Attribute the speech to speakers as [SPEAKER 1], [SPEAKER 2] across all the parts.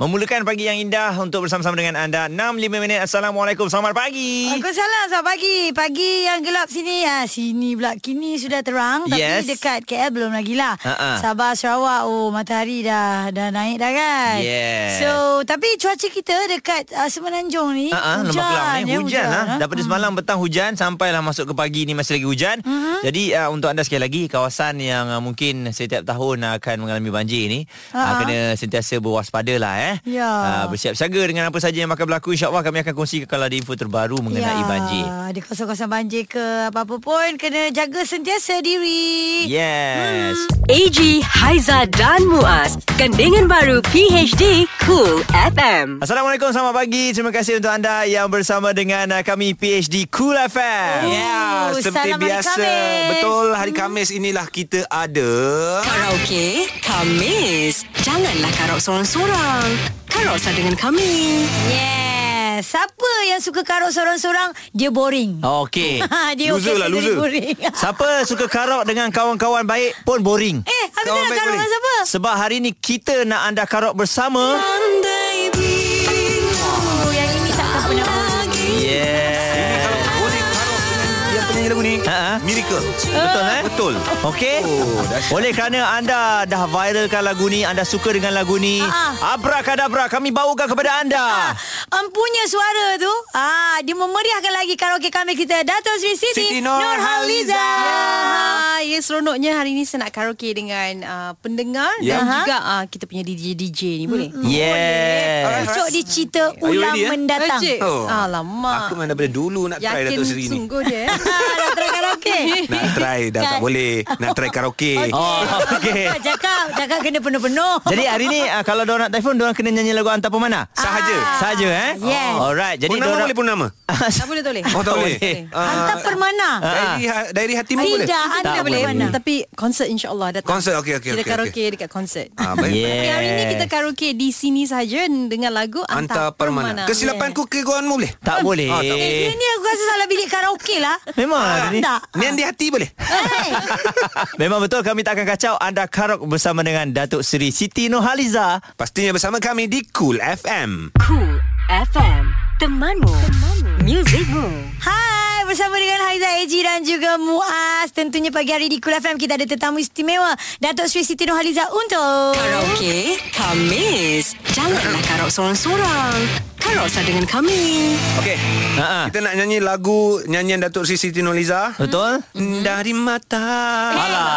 [SPEAKER 1] Memulakan pagi yang indah untuk bersama-sama dengan anda 6.5 minit Assalamualaikum Selamat pagi
[SPEAKER 2] Waalaikumsalam Selamat pagi Pagi yang gelap sini ha, Sini pula Kini sudah terang Tapi
[SPEAKER 1] Yes.
[SPEAKER 2] dekat KL belum lagi lah
[SPEAKER 1] Ha-ha.
[SPEAKER 2] Sabah, Sarawak Oh matahari dah Dah naik dah kan
[SPEAKER 1] Yes.
[SPEAKER 2] So Tapi cuaca kita Dekat uh, Semenanjung ni
[SPEAKER 1] Ah, ah, Lembah Kelang ni
[SPEAKER 2] ya,
[SPEAKER 1] hujan, hujan ah.
[SPEAKER 2] ha.
[SPEAKER 1] Daripada semalam petang hujan sampailah masuk ke pagi ni masih lagi hujan.
[SPEAKER 2] Mhm.
[SPEAKER 1] Mm-hmm. Jadi uh, untuk anda sekali lagi kawasan yang uh, mungkin setiap tahun akan mengalami banjir ni uh,
[SPEAKER 2] Ah, ah.
[SPEAKER 1] kena sentiasa berwaspadalah eh.
[SPEAKER 2] Ya.
[SPEAKER 1] Ah, bersiap siaga dengan apa saja yang akan berlaku insya-Allah kami akan kongsikan kalau ada info terbaru mengenai
[SPEAKER 2] Ya,
[SPEAKER 1] banjir.
[SPEAKER 2] Ada kawasan-kawasan banjir ke Apa-apa pun Kena jaga sentiasa diri
[SPEAKER 1] Yes.
[SPEAKER 3] AG Hmm. Haiza dan Muaz, gandingan baru PHD Cool FM.
[SPEAKER 1] Assalamualaikum, selamat pagi. Terima kasih untuk anda yang bersama dengan uh, kami PhD Cool
[SPEAKER 2] Oh,
[SPEAKER 1] FM.
[SPEAKER 4] Ya, seperti
[SPEAKER 2] salam hari
[SPEAKER 4] biasa.
[SPEAKER 2] Khamis.
[SPEAKER 4] Betul, hari Khamis inilah kita ada.
[SPEAKER 3] Karaoke, Kamis. Janganlah karaoke sorang-sorang. Karaoke dengan kami.
[SPEAKER 2] Yes Siapa yang suka karok sorang-sorang Dia boring
[SPEAKER 1] Oh, Okey.
[SPEAKER 2] Ha, Dia
[SPEAKER 4] Loser
[SPEAKER 2] okey
[SPEAKER 4] lah,
[SPEAKER 2] sendiri
[SPEAKER 4] loser.
[SPEAKER 2] boring
[SPEAKER 1] Siapa suka karok dengan kawan-kawan baik pun boring.
[SPEAKER 2] Eh, aku tak nak
[SPEAKER 4] Kawan baik
[SPEAKER 2] karok
[SPEAKER 4] boleh.
[SPEAKER 2] dengan siapa?
[SPEAKER 1] Sebab hari ni kita nak anda karok bersama.
[SPEAKER 2] Oh, yang ini takkan pernah boring.
[SPEAKER 4] Ini
[SPEAKER 1] Yeah.
[SPEAKER 4] kalau boleh karok dengan yang penyanyi lagu ni.
[SPEAKER 1] Ha, ha.
[SPEAKER 4] Miracle.
[SPEAKER 1] Betul eh?
[SPEAKER 4] Betul.
[SPEAKER 1] Okey.
[SPEAKER 4] Oh, dahsyat.
[SPEAKER 1] Oleh kerana anda dah viralkan lagu ni, anda suka dengan lagu
[SPEAKER 2] Ha,
[SPEAKER 1] ni,
[SPEAKER 2] Ha-ha.
[SPEAKER 1] abrakadabra kami bawakan kepada anda.
[SPEAKER 2] Ha. Empunya suara tu ah Dia memeriahkan lagi karaoke kami kita Dato' Sri Siti,
[SPEAKER 4] Siti Nurhaliza.
[SPEAKER 5] Ah, ya seronoknya hari ni saya nak karaoke dengan uh, pendengar dan
[SPEAKER 4] Ya.
[SPEAKER 2] Aha.
[SPEAKER 5] juga uh, kita punya DJ DJ ni boleh.
[SPEAKER 1] Yes.
[SPEAKER 2] Esok dicerita ulang
[SPEAKER 4] ready, eh?
[SPEAKER 2] mendatang
[SPEAKER 5] Ejek.
[SPEAKER 4] Oh. Aku
[SPEAKER 5] Alamak.
[SPEAKER 4] memang daripada dulu nak try
[SPEAKER 5] Yakin
[SPEAKER 4] Dato' Seri ni.
[SPEAKER 5] sungguh dia. eh.
[SPEAKER 2] Ah, Nak try karaoke
[SPEAKER 4] Nak try dah tak
[SPEAKER 2] Kan.
[SPEAKER 4] boleh. Nak try karaoke.
[SPEAKER 1] Oh,
[SPEAKER 2] Okay.
[SPEAKER 1] okey.
[SPEAKER 2] Cakap Cakap kena penuh-penuh
[SPEAKER 1] Jadi hari ni uh, kalau diorang nak telefon diorang kena nyanyi lagu hantar pemanah.
[SPEAKER 4] Sahaja.
[SPEAKER 1] Saja eh.
[SPEAKER 2] Ah. Yes.
[SPEAKER 1] Alright. Jadi
[SPEAKER 4] Purnama
[SPEAKER 1] diorang-
[SPEAKER 4] boleh purnama?
[SPEAKER 5] tak boleh tak boleh.
[SPEAKER 4] Oh, tak boleh.
[SPEAKER 1] Boleh.
[SPEAKER 2] Hantar permana
[SPEAKER 1] Ah.
[SPEAKER 4] Diary, ha- diary hatimu boleh?
[SPEAKER 2] Tidak
[SPEAKER 1] Tak
[SPEAKER 2] Anda
[SPEAKER 5] Tak boleh. Hmm.
[SPEAKER 2] boleh
[SPEAKER 1] Mana?
[SPEAKER 5] Tapi konsert insya-Allah datang.
[SPEAKER 4] Konsert, okey, okey,
[SPEAKER 5] Kita
[SPEAKER 4] okey,
[SPEAKER 5] karaoke dekat konsert.
[SPEAKER 4] Ah, baik.
[SPEAKER 1] Yeah.
[SPEAKER 5] Tapi hari ni kita karaoke di sini saja dengan lagu
[SPEAKER 4] Hantar
[SPEAKER 5] Anta
[SPEAKER 4] permana.
[SPEAKER 5] Permana.
[SPEAKER 4] Kesilapanku keguanmu boleh?
[SPEAKER 1] Tak boleh.
[SPEAKER 4] Ah, tak
[SPEAKER 2] Eh, Dia ni aku rasa salah bilik karaoke lah
[SPEAKER 1] Memang hari Ah, ni.
[SPEAKER 2] Tak
[SPEAKER 4] Nian di hati boleh?
[SPEAKER 2] Hey.
[SPEAKER 1] Memang betul kami tak akan kacau anda karok bersama dengan Datuk Seri Siti Nurhaliza.
[SPEAKER 4] Pastinya bersama kami di Cool FM.
[SPEAKER 3] Cool FM, temanmu, temanmu. muzikmu.
[SPEAKER 2] Hai, bersama dengan Haiza Eji dan juga Muaz. Tentunya pagi hari di Kul FM kita ada tetamu istimewa, Datuk Sri Siti Nurhaliza untuk
[SPEAKER 3] Karaoke Kamis Janganlah karaoke sorang-sorang Karaoke dengan kami
[SPEAKER 4] Okey.
[SPEAKER 1] Ha-ha.
[SPEAKER 4] Kita nak nyanyi lagu nyanyian Datuk Sri Siti Nurliza.
[SPEAKER 1] Betul?
[SPEAKER 2] Mm-hmm.
[SPEAKER 4] Dari mata.
[SPEAKER 1] Alah.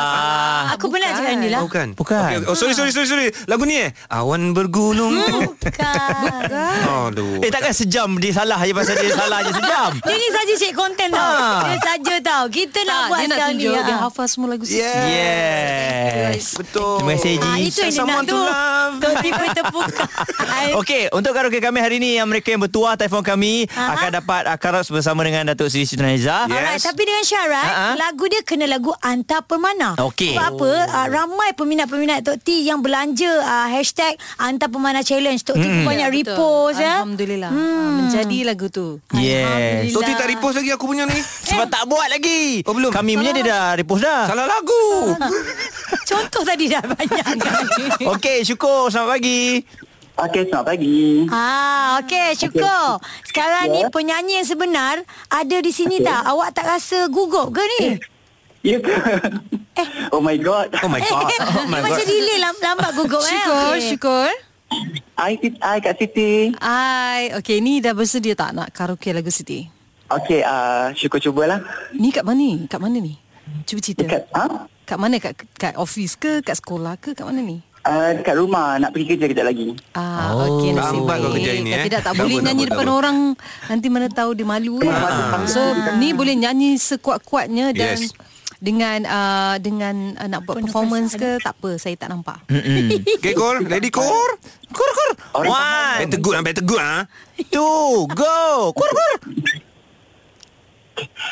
[SPEAKER 2] Eh, Aku pernah
[SPEAKER 5] bukan.
[SPEAKER 2] cakap dengan dia lah.
[SPEAKER 4] Oh, bukan.
[SPEAKER 1] Bukan.
[SPEAKER 4] Okey, okey. Oh sorry sorry sorry sorry. Lagu ni eh. Awan bergulung.
[SPEAKER 2] Bukan.
[SPEAKER 4] Aduh.
[SPEAKER 1] Eh takkan sejam dia salah je pasal dia salah je sejam.
[SPEAKER 2] Dia ni saja cik konten tau.
[SPEAKER 1] Ah.
[SPEAKER 2] Dia saja tau. Kita nak
[SPEAKER 5] Tak,
[SPEAKER 2] buat
[SPEAKER 5] dia nak
[SPEAKER 2] sekarang ni.
[SPEAKER 5] tunjuk dia
[SPEAKER 2] ah.
[SPEAKER 5] hafal semua lagu Siti.
[SPEAKER 1] Yes.
[SPEAKER 4] Betul.
[SPEAKER 1] Terima kasih, Ji.
[SPEAKER 2] Ah, itu yang dia nak
[SPEAKER 4] Someone
[SPEAKER 2] tu.
[SPEAKER 4] to love.
[SPEAKER 2] Tu tipu terpuka.
[SPEAKER 1] Okey, untuk karaoke kami hari ni yang mereka yang bertuah telefon kami
[SPEAKER 2] Aha.
[SPEAKER 1] akan dapat uh, karaoke bersama dengan Datuk Seri Siti Nurhaliza.
[SPEAKER 4] Yeah.
[SPEAKER 2] Alright,
[SPEAKER 4] Yes.
[SPEAKER 2] tapi dengan syarat
[SPEAKER 1] Ha-ha.
[SPEAKER 2] uh-huh. lagu dia kena lagu antar permana.
[SPEAKER 1] Okey.
[SPEAKER 2] Sebab apa? Uh, ramai peminat-peminat Tok T yang belanja uh, hashtag antar permana challenge. Tok T hmm. banyak
[SPEAKER 5] Betul.
[SPEAKER 2] repost ya.
[SPEAKER 5] Alhamdulillah. Ah, menjadi lagu tu.
[SPEAKER 1] Yes.
[SPEAKER 4] Toti tak repost lagi aku punya ni. Eh.
[SPEAKER 1] Sebab tak buat lagi.
[SPEAKER 4] Oh, belum?
[SPEAKER 1] Kami punya dia dah repost dah.
[SPEAKER 4] Salah lagu.
[SPEAKER 2] Contoh tadi dah banyak kali.
[SPEAKER 1] Okey, syukur. Selamat pagi.
[SPEAKER 6] Okey, selamat pagi.
[SPEAKER 2] Ah, okey, syukur. Sekarang ni
[SPEAKER 6] Ya.
[SPEAKER 2] penyanyi yang sebenar ada di sini okay. tak? Awak tak rasa gugup ke ni?
[SPEAKER 6] Ya ke?
[SPEAKER 7] Eh.
[SPEAKER 6] Oh my god.
[SPEAKER 4] Oh my god. Oh my
[SPEAKER 2] Dia
[SPEAKER 4] god.
[SPEAKER 2] macam delay lam- lambat gugup eh.
[SPEAKER 5] Syukur,
[SPEAKER 2] Okey.
[SPEAKER 5] syukur.
[SPEAKER 6] Hai, Siti- hai Kak Siti.
[SPEAKER 5] Ai, okey ni dah bersedia tak nak karaoke lagu Siti?
[SPEAKER 6] Okey, uh, syukur cubalah.
[SPEAKER 5] Ni kat mana ni? Kat mana ni? Cuba cerita.
[SPEAKER 6] Dekat ha?
[SPEAKER 5] Kat mana? Kat, kat office ke? Kat sekolah ke? Kat mana ni?
[SPEAKER 6] Uh, dekat rumah nak pergi kerja kejap lagi.
[SPEAKER 5] Ah, oh, okey nasib
[SPEAKER 4] Lambat
[SPEAKER 5] baik.
[SPEAKER 4] kau kerja ini,
[SPEAKER 5] Kalau
[SPEAKER 4] eh.
[SPEAKER 5] Tidak tak
[SPEAKER 4] Tak
[SPEAKER 5] boleh
[SPEAKER 4] apa, tak
[SPEAKER 5] nyanyi
[SPEAKER 4] apa,
[SPEAKER 5] depan
[SPEAKER 4] tak apa.
[SPEAKER 5] orang nanti mana tahu dia malu. kan?
[SPEAKER 6] Ah.
[SPEAKER 5] So ni boleh nyanyi sekuat-kuatnya dan
[SPEAKER 4] Yes.
[SPEAKER 5] dengan uh, dengan uh, nak buat performance ke tak apa saya tak nampak.
[SPEAKER 4] Okay, Kor. Ready, Kor?
[SPEAKER 1] Kur kur.
[SPEAKER 6] Orang
[SPEAKER 1] One,
[SPEAKER 4] Better good, ah, better good. ah.
[SPEAKER 1] two, go. Kur kur.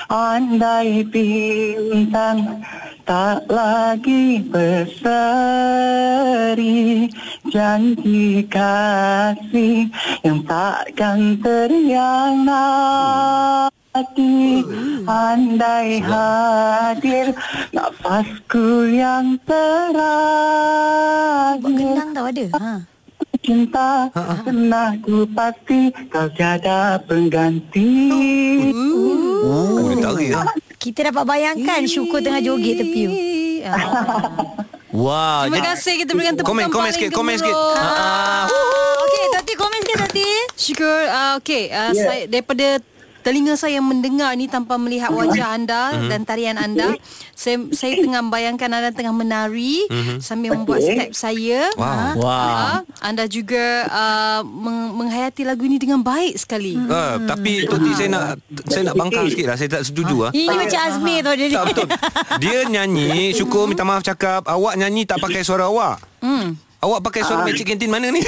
[SPEAKER 6] Andai bintang tak lagi berseri Janji kasih yang takkan terianati Andai hadir nafasku yang
[SPEAKER 2] Buat
[SPEAKER 6] terakhir
[SPEAKER 2] kendang tau ada. Ha.
[SPEAKER 6] cinta
[SPEAKER 4] Ha,
[SPEAKER 6] Pernah ku pasti kau tiada pengganti
[SPEAKER 4] Oh, dia tarik lah.
[SPEAKER 2] Kita dapat bayangkan Syukur tengah joget tepi. tu.
[SPEAKER 5] Ah.
[SPEAKER 1] Wow.
[SPEAKER 5] Terima
[SPEAKER 1] jadi-
[SPEAKER 5] kasih kita berikan tepukan
[SPEAKER 4] Komen, komen
[SPEAKER 5] paling
[SPEAKER 4] sikit, komen sikit.
[SPEAKER 5] gemuruh.
[SPEAKER 2] Ah.
[SPEAKER 1] Ah.
[SPEAKER 2] Okey, Tati komen sikit Tati.
[SPEAKER 5] Syukur. Uh, Okey, uh,
[SPEAKER 6] Ya.
[SPEAKER 5] saya daripada telinga saya mendengar ni tanpa melihat wajah anda mm-hmm. dan tarian anda. Saya saya tengah bayangkan anda tengah menari mm-hmm. sambil membuat
[SPEAKER 6] Okey.
[SPEAKER 5] step saya. Wow.
[SPEAKER 1] Wow.
[SPEAKER 5] anda juga uh, meng- menghayati lagu ini dengan baik sekali. Mm.
[SPEAKER 4] Ah, tapi Toti saya nak saya nak bangkang sikit lah. Saya tak setuju lah.
[SPEAKER 2] Ini macam Azmi tau dia.
[SPEAKER 4] Tak betul. Dia nyanyi, syukur minta maaf cakap, awak nyanyi tak pakai suara awak. Hmm. Awak pakai
[SPEAKER 7] Ah.
[SPEAKER 6] Ah.
[SPEAKER 4] suara Magic Canteen mana ni?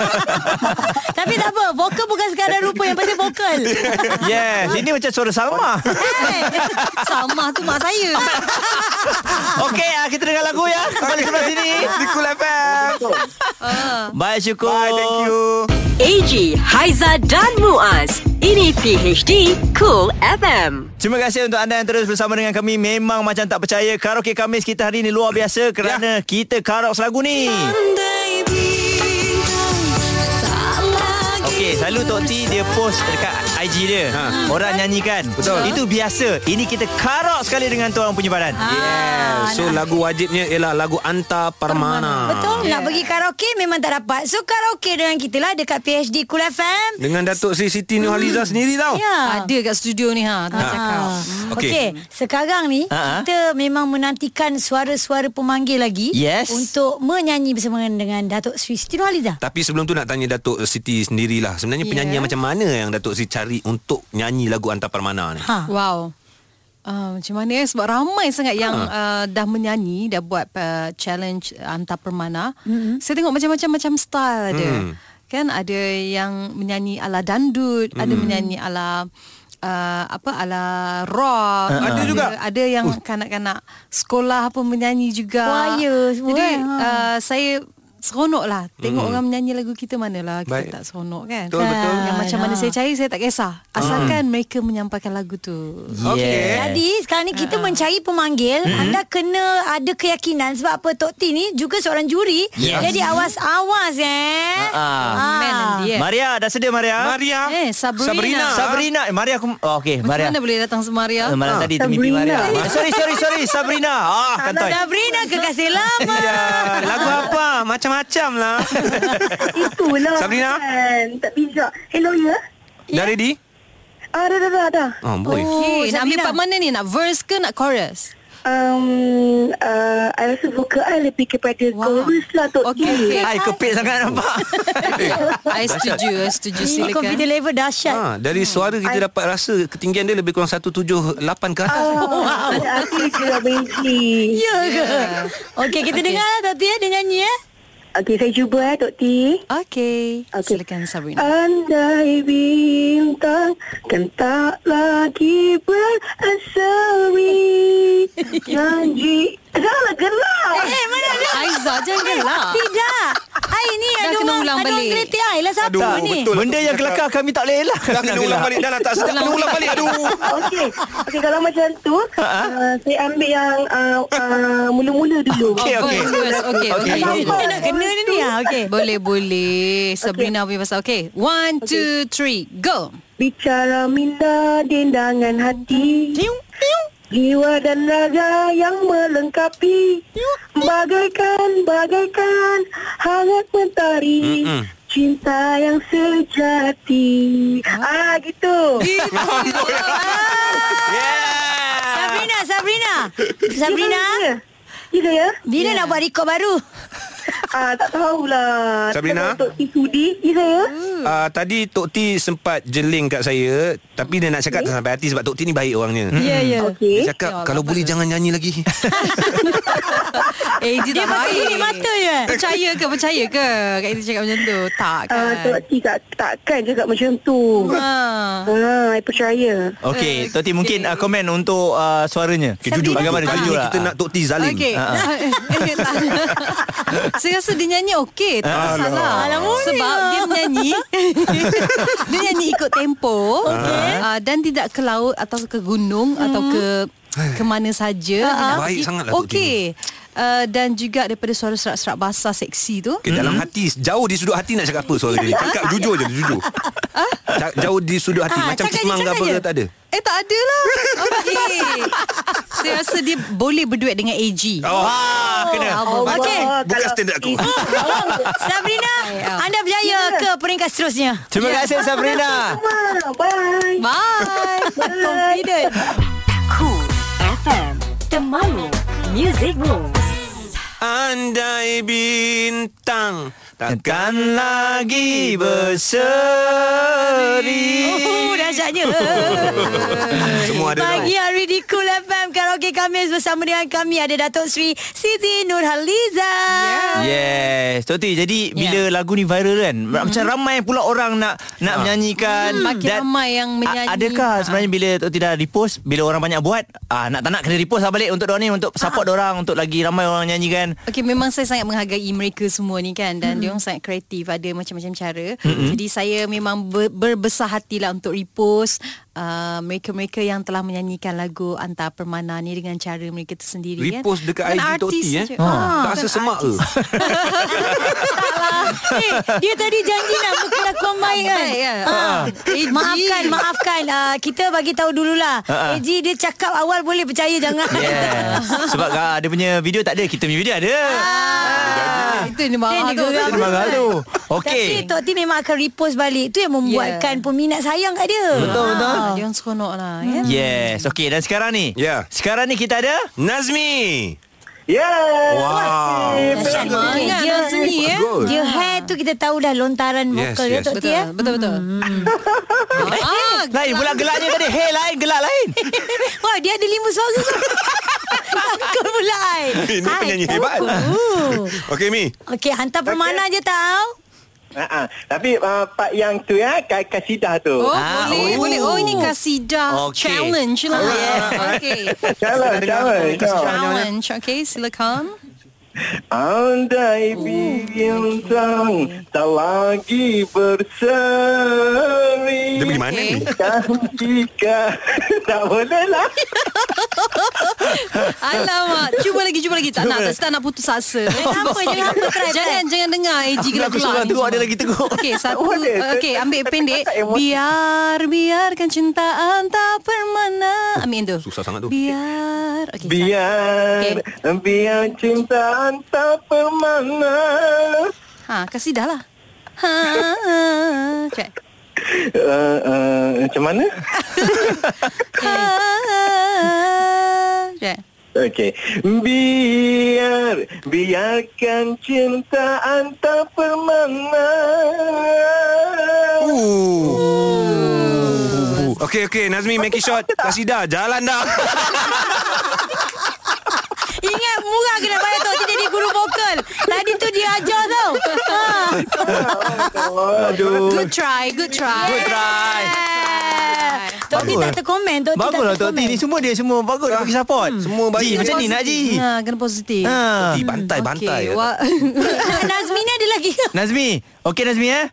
[SPEAKER 2] Tapi tak apa, vokal bukan sekadar rupa yang penting vokal.
[SPEAKER 1] Yes, ini macam suara Salma.
[SPEAKER 2] Hey.
[SPEAKER 5] Sama tu mak saya.
[SPEAKER 1] Okey, ah, kita dengar lagu ya. Kembali sebelah sini.
[SPEAKER 4] Di Cool FM.
[SPEAKER 7] Ah.
[SPEAKER 1] Bye syukur.
[SPEAKER 4] Bye, thank you.
[SPEAKER 3] AG, Haiza dan Muaz. Ini PHD Cool FM.
[SPEAKER 1] Terima kasih untuk anda yang terus bersama dengan kami. Memang macam tak percaya karaoke Kamis kita hari ini luar biasa
[SPEAKER 4] Ya.
[SPEAKER 1] kerana kita karaoke lagu ni. Okey, selalu Tok T dia post dekat IG dia. Ha. Orang nyanyikan. Betul. Itu biasa. Ini kita karaoke sekali dengan tuan punya badan.
[SPEAKER 4] Yeah. So lagu wajibnya ialah lagu Anta Parmana.
[SPEAKER 2] Betul,
[SPEAKER 5] Ah.
[SPEAKER 2] lah. nak pergi karaoke memang tak dapat. So karaoke dengan kita lah dekat PhD Cool FM.
[SPEAKER 4] Dengan Datuk Sri Siti Nurhaliza sendiri tau.
[SPEAKER 2] Ya. Ah.
[SPEAKER 5] Ada kat studio ni ha. Tak cakap.
[SPEAKER 4] Okey. Ah,
[SPEAKER 2] Okey, sekarang ni
[SPEAKER 1] Ha, ha.
[SPEAKER 2] kita memang menantikan suara-suara pemanggil lagi
[SPEAKER 1] Yes.
[SPEAKER 2] untuk menyanyi bersama dengan Datuk Sri Siti Nurhaliza.
[SPEAKER 4] Tapi sebelum tu nak tanya Datuk Siti sendirilah. Sebenarnya yeah. penyanyi yang macam mana yang Datuk Sri cari untuk nyanyi lagu Anta Parmana ni?
[SPEAKER 2] Ha.
[SPEAKER 5] Wow. Uh, macam mana eh sebab ramai sangat yang uh, dah menyanyi dah buat uh, challenge antar permana. Mm-hmm. Saya tengok macam-macam macam style ada.
[SPEAKER 8] Hmm.
[SPEAKER 5] Mm. Kan ada yang menyanyi ala dandut, mm. ada
[SPEAKER 1] Hmm.
[SPEAKER 5] menyanyi ala uh, apa ala rock, uh,
[SPEAKER 1] Ah,
[SPEAKER 4] Ada juga?
[SPEAKER 5] Ada yang kanak-kanak sekolah pun menyanyi juga.
[SPEAKER 2] Choir semua,
[SPEAKER 5] Jadi
[SPEAKER 2] eh, ha.
[SPEAKER 5] uh, saya seronok lah Tengok
[SPEAKER 1] Hmm.
[SPEAKER 5] orang menyanyi lagu kita manalah Kita
[SPEAKER 4] Baik.
[SPEAKER 5] tak seronok kan
[SPEAKER 4] Betul, betul.
[SPEAKER 5] Yang macam mana
[SPEAKER 2] Ah.
[SPEAKER 5] saya cari Saya tak kisah
[SPEAKER 1] Hmm.
[SPEAKER 5] Asalkan mereka menyampaikan lagu tu
[SPEAKER 4] Okey.
[SPEAKER 2] Jadi sekarang ni kita mencari pemanggil hmm. Anda kena ada keyakinan Sebab apa Tok T ni juga seorang juri
[SPEAKER 1] Yes.
[SPEAKER 2] Jadi awas-awas eh
[SPEAKER 1] Ah.
[SPEAKER 5] Man and the air.
[SPEAKER 1] Maria, dah sedia Maria?
[SPEAKER 4] Maria.
[SPEAKER 5] Eh, Sabrina.
[SPEAKER 4] Sabrina.
[SPEAKER 1] Sabrina. Eh, Maria aku... Oh, Okey,
[SPEAKER 5] Macam
[SPEAKER 1] Maria.
[SPEAKER 5] mana boleh datang semaria? Ah.
[SPEAKER 1] Eh, Malam tadi termimpi Maria. Eh, Sorry, sorry, sorry. Sabrina. Ah, kantoi.
[SPEAKER 2] Sabrina kekasih lama
[SPEAKER 4] Ya, lagu apa? Macam-macam lah.
[SPEAKER 7] Itulah
[SPEAKER 1] Ha?
[SPEAKER 4] Sabrina?
[SPEAKER 7] kan. Tak bijak Hello ya
[SPEAKER 4] Dah ready?
[SPEAKER 7] Ah dah dah dah, dah.
[SPEAKER 4] Oh, boy.
[SPEAKER 5] Okey, nak ambil
[SPEAKER 2] Sabrina.
[SPEAKER 5] part mana ni? Nak verse ke nak chorus?
[SPEAKER 7] Um, uh, I rasa vokal I lebih kepada
[SPEAKER 5] Wah.
[SPEAKER 7] wow. chorus lah Tok
[SPEAKER 5] Okey,
[SPEAKER 7] T.
[SPEAKER 5] okey.
[SPEAKER 1] Hai, kepit sangat nampak.
[SPEAKER 5] I setuju, I Ya, setuju.
[SPEAKER 2] Ini
[SPEAKER 5] Silakan.
[SPEAKER 2] komputer level dahsyat
[SPEAKER 4] Ha, dari
[SPEAKER 5] Hmm.
[SPEAKER 4] suara kita dapat rasa ketinggian dia lebih kurang 178 ke atas.
[SPEAKER 7] Ah, Ada hati je lah benci
[SPEAKER 2] Oh, Ya ke? Okey kita dengar lah
[SPEAKER 5] Ya,
[SPEAKER 2] Tok T eh, dia nyanyi eh
[SPEAKER 7] Okey saya cuba eh Tok T
[SPEAKER 5] Okey.
[SPEAKER 7] Okey.
[SPEAKER 5] Silakan Sabrina.
[SPEAKER 7] Andai bintang kan tak lagi berasri Janji Janganlah gelap
[SPEAKER 2] Eh mana ada Eh,
[SPEAKER 5] Aiza, jangan gelak.
[SPEAKER 2] Tidak Ai ni
[SPEAKER 5] Dah
[SPEAKER 2] ada
[SPEAKER 5] kena
[SPEAKER 2] orang
[SPEAKER 5] ulang
[SPEAKER 2] Ada orang
[SPEAKER 5] balik.
[SPEAKER 2] kritik Ai lah siapa
[SPEAKER 4] Aduh,
[SPEAKER 2] ni
[SPEAKER 4] betul.
[SPEAKER 1] Benda yang kelakar kami tak boleh elak.
[SPEAKER 4] Dah kena ulang balik Dah lah tak sedap Kena ulang balik Aduh
[SPEAKER 7] Okey. Okey kalau macam tu, uh, saya ambil yang uh, uh, mula-mula dulu.
[SPEAKER 1] Okey, okey.
[SPEAKER 5] Verse, verse. Okey, okey.
[SPEAKER 1] Okey.
[SPEAKER 2] Dia nak kena ni ni ah, Okey
[SPEAKER 5] Boleh, boleh. Sabrina punya pasal. Okey. One, two, three, go.
[SPEAKER 7] Bicara minda dendangan hati. Jiwa dan raga yang melengkapi Bagaikan, bagaikan hangat mentari
[SPEAKER 4] Mm-mm.
[SPEAKER 7] Cinta yang sejati Ah, gitu
[SPEAKER 4] Yeah
[SPEAKER 2] Sabrina Sabrina Sabrina
[SPEAKER 7] Gila ya?
[SPEAKER 2] Bila nak buat rekod baru
[SPEAKER 7] Ah, tak tahulah
[SPEAKER 4] Sabrina?
[SPEAKER 7] Untuk sudi, gila ya?
[SPEAKER 5] Ah.
[SPEAKER 4] Uh, tadi Tok T sempat jeling kat saya Tapi dia nak
[SPEAKER 5] Hmm.
[SPEAKER 4] cakap okay. sampai hati Sebab Tok T ni baik orangnya
[SPEAKER 2] Ya ya
[SPEAKER 7] Okey
[SPEAKER 4] Dia cakap Kalau boleh jangan nyanyi lagi
[SPEAKER 5] AG tak
[SPEAKER 2] Eh, Dia pakai
[SPEAKER 5] baik.
[SPEAKER 2] gini mata je.
[SPEAKER 5] Percaya ke percaya ke Kak Ida cakap macam tu? Tak kan.
[SPEAKER 7] Ah, Tok T tak, takkan cakap macam tu.
[SPEAKER 5] ha.
[SPEAKER 7] Ha, I percaya.
[SPEAKER 1] Okey,
[SPEAKER 5] Eh,
[SPEAKER 1] Toti mungkin
[SPEAKER 5] okey.
[SPEAKER 1] uh, komen untuk uh, suaranya.
[SPEAKER 2] Saya jujur. beri
[SPEAKER 1] Bagaimana
[SPEAKER 4] Kali
[SPEAKER 1] jujur
[SPEAKER 4] ni
[SPEAKER 1] lah.
[SPEAKER 4] kita nak Tok T zalim
[SPEAKER 5] Okey.
[SPEAKER 4] ha.
[SPEAKER 5] Saya rasa dia nyanyi okey, tak
[SPEAKER 4] Alah.
[SPEAKER 5] masalah. Sebab dia menyanyi dia nyanyi ikut tempo uh, dan tidak ke laut atau ke gunung atau ke ke mana saja. Dia nak
[SPEAKER 4] Baik lah
[SPEAKER 5] pergi
[SPEAKER 4] sangatlah Tok T.
[SPEAKER 5] Okey. Uh, dan juga daripada suara serak-serak basah seksi tu. Hmm.
[SPEAKER 4] Okay, dalam hati Jauh di sudut hati nak cakap apa suara dia Cakap jujur je Jujur Ca- Jauh di sudut hati
[SPEAKER 5] Ah,
[SPEAKER 4] Macam
[SPEAKER 5] cakap je,
[SPEAKER 4] cimang ke
[SPEAKER 5] cakap
[SPEAKER 4] apa
[SPEAKER 5] je.
[SPEAKER 4] ke tak ada
[SPEAKER 5] Eh tak ada lah Okey Saya rasa dia boleh berduet dengan AG
[SPEAKER 4] Oh,
[SPEAKER 1] Ah, kena.
[SPEAKER 5] Abang.
[SPEAKER 2] Okey.
[SPEAKER 4] Bukan standard aku
[SPEAKER 5] Ya
[SPEAKER 2] Sabrina, anda berjaya ke peringkat seterusnya? Ya.
[SPEAKER 1] Terima kasih Sabrina.
[SPEAKER 7] Ah, kan? bye.
[SPEAKER 5] Bye Confident
[SPEAKER 3] Cool FM Temanmu Music Rules
[SPEAKER 4] Andai bintang
[SPEAKER 1] Takkan lagi berseri.
[SPEAKER 2] Oh, dahsyatnya.
[SPEAKER 4] Semua ada
[SPEAKER 2] Pagi
[SPEAKER 1] lah.
[SPEAKER 2] hari di Cool FM Karaoke Kamis bersama dengan kami ada Datuk Sri Siti Nurhaliza.
[SPEAKER 1] Yes Toti Jadi bila lagu ni viral kan mm-hmm. Macam ramai pula orang Nak nak menyanyikan
[SPEAKER 5] Hmm, makin
[SPEAKER 1] Dan
[SPEAKER 5] ramai yang menyanyi.
[SPEAKER 1] a- Adakah
[SPEAKER 5] Ha.
[SPEAKER 1] sebenarnya Bila Toti dah repost Bila orang banyak buat ah, Nak tak nak kena repost lah balik Untuk diorang ni Untuk support diorang Untuk lagi ramai orang nyanyikan
[SPEAKER 5] Okay memang saya sangat menghargai mereka semua ni kan Dan mm. diorang sangat kreatif Ada macam-macam cara mm-hmm. Jadi saya memang ber, berbesar hatilah untuk repost uh, Mereka-mereka yang telah menyanyikan lagu Antara Permana ni Dengan cara mereka tersendiri
[SPEAKER 4] Repost
[SPEAKER 5] kan Bukan
[SPEAKER 4] dekat IG Tok T
[SPEAKER 5] artis Ah,
[SPEAKER 4] eh
[SPEAKER 5] saja.
[SPEAKER 4] Tak
[SPEAKER 5] bukan
[SPEAKER 4] rasa semak ke
[SPEAKER 5] artis.
[SPEAKER 2] Eh, dia tadi janji nak berkelakuan baik kan?
[SPEAKER 5] Baik, ya.
[SPEAKER 2] Ha.
[SPEAKER 5] Eh,
[SPEAKER 2] Maafkan,
[SPEAKER 5] Ji.
[SPEAKER 2] maafkan. Ah, kita bagi tahu dululah.
[SPEAKER 1] Ha, ha.
[SPEAKER 2] Eji dia cakap awal boleh percaya jangan.
[SPEAKER 1] Yes Sebab ah, dia punya video tak ada Kita punya video ada
[SPEAKER 5] Ah, Itu yang dia marah
[SPEAKER 2] Kan Dia
[SPEAKER 5] tu
[SPEAKER 2] geram.
[SPEAKER 1] Terima kasih tu
[SPEAKER 2] Tapi
[SPEAKER 1] Okey
[SPEAKER 2] Tok T memang akan repost balik. Itu yang membuatkan peminat sayang kat dia.
[SPEAKER 1] Betul betul
[SPEAKER 5] Ya. Ah, Dia orang seronok lah ya?
[SPEAKER 1] Yes Okey dan sekarang ni
[SPEAKER 4] Ya.
[SPEAKER 1] Sekarang ni kita ada
[SPEAKER 4] Nazmi
[SPEAKER 6] Ya, Yeah.
[SPEAKER 4] Wow
[SPEAKER 2] Dahsyat. Okey,
[SPEAKER 5] Semangat
[SPEAKER 2] dia-
[SPEAKER 5] Nazmi ya
[SPEAKER 4] Bagus.
[SPEAKER 2] Dia hair tu kita tahu dah lontaran
[SPEAKER 4] Yes,
[SPEAKER 2] vokal ya
[SPEAKER 4] yes.
[SPEAKER 2] Tok T
[SPEAKER 5] Betul
[SPEAKER 2] ya.
[SPEAKER 5] betul betul. Ah,
[SPEAKER 1] Lain pula gelaknya tadi Hey lain gelak lain
[SPEAKER 2] Wah, dia ada lima suara tu. Takut pula ai.
[SPEAKER 4] Ini penyanyi hebat Okey Mi
[SPEAKER 2] Okey, hantar permana je tau.
[SPEAKER 6] Ha-ha. Tapi uh, part yang tu ya, ka- kasidah tu.
[SPEAKER 5] Oh,
[SPEAKER 1] Ah,
[SPEAKER 4] Ha.
[SPEAKER 5] boleh,
[SPEAKER 1] oh.
[SPEAKER 5] boleh. Oh, ini kasidah
[SPEAKER 1] Okey.
[SPEAKER 5] challenge lah. Okay.
[SPEAKER 6] Jalan, jalan,
[SPEAKER 4] ya.
[SPEAKER 6] jalan.
[SPEAKER 5] Challenge. Okay, silakan.
[SPEAKER 6] Andai
[SPEAKER 4] Oh.
[SPEAKER 6] bintang tak lagi berseri
[SPEAKER 4] Dia pergi mana ni
[SPEAKER 6] Dan jika tak boleh lah
[SPEAKER 5] Alamak, cuba lagi, cuba lagi. Tak nak, tak sedap nak putus asa. Kenapa? jangan apa try. Jangan, jangan dengar AG
[SPEAKER 1] Bila aku
[SPEAKER 5] gelap-gelap
[SPEAKER 1] seorang
[SPEAKER 5] ni
[SPEAKER 1] teruk
[SPEAKER 5] semua.
[SPEAKER 1] Dia lagi teruk
[SPEAKER 5] Okey, satu.
[SPEAKER 6] Oh, dia-
[SPEAKER 5] uh, Okey, ambil pendek.
[SPEAKER 6] tak emosi.
[SPEAKER 5] Biar, biarkan cintaan tak permana. Amin tu.
[SPEAKER 4] Susah sangat tu
[SPEAKER 5] Biar. Okey, satu.
[SPEAKER 6] Biar Biar cinta tak permana
[SPEAKER 5] Ha, kasih dah lah. Ha, Cek.
[SPEAKER 6] uh, uh, Macam mana?
[SPEAKER 5] Ha, Cek.
[SPEAKER 6] Okey Biar Biarkan cintaan tak permana
[SPEAKER 4] Ooh. Okey okey Nazmi make it short Kasidah jalan dah
[SPEAKER 2] Ingat murah kena bayar Tok T jadi guru vokal. Tadi tu dia ajar tau. Ha.
[SPEAKER 1] Aduh
[SPEAKER 5] Good try, good try.
[SPEAKER 1] Good try.
[SPEAKER 2] Tok T tak terkomen, Tok T tak
[SPEAKER 1] Baguslah lah, Tok T
[SPEAKER 2] terkomen.
[SPEAKER 1] Ni semua dia semua Bagus
[SPEAKER 6] Ah,
[SPEAKER 1] dia bagi support
[SPEAKER 6] hmm.
[SPEAKER 4] Semua baik.
[SPEAKER 1] Ji macam ni nak Ji
[SPEAKER 5] Ha, kena positif.
[SPEAKER 1] ha.
[SPEAKER 4] Di bantai-bantai
[SPEAKER 5] Okay. Wah.
[SPEAKER 2] Nazmi ni ada lagi ke?
[SPEAKER 1] Nazmi Okey Nazmi eh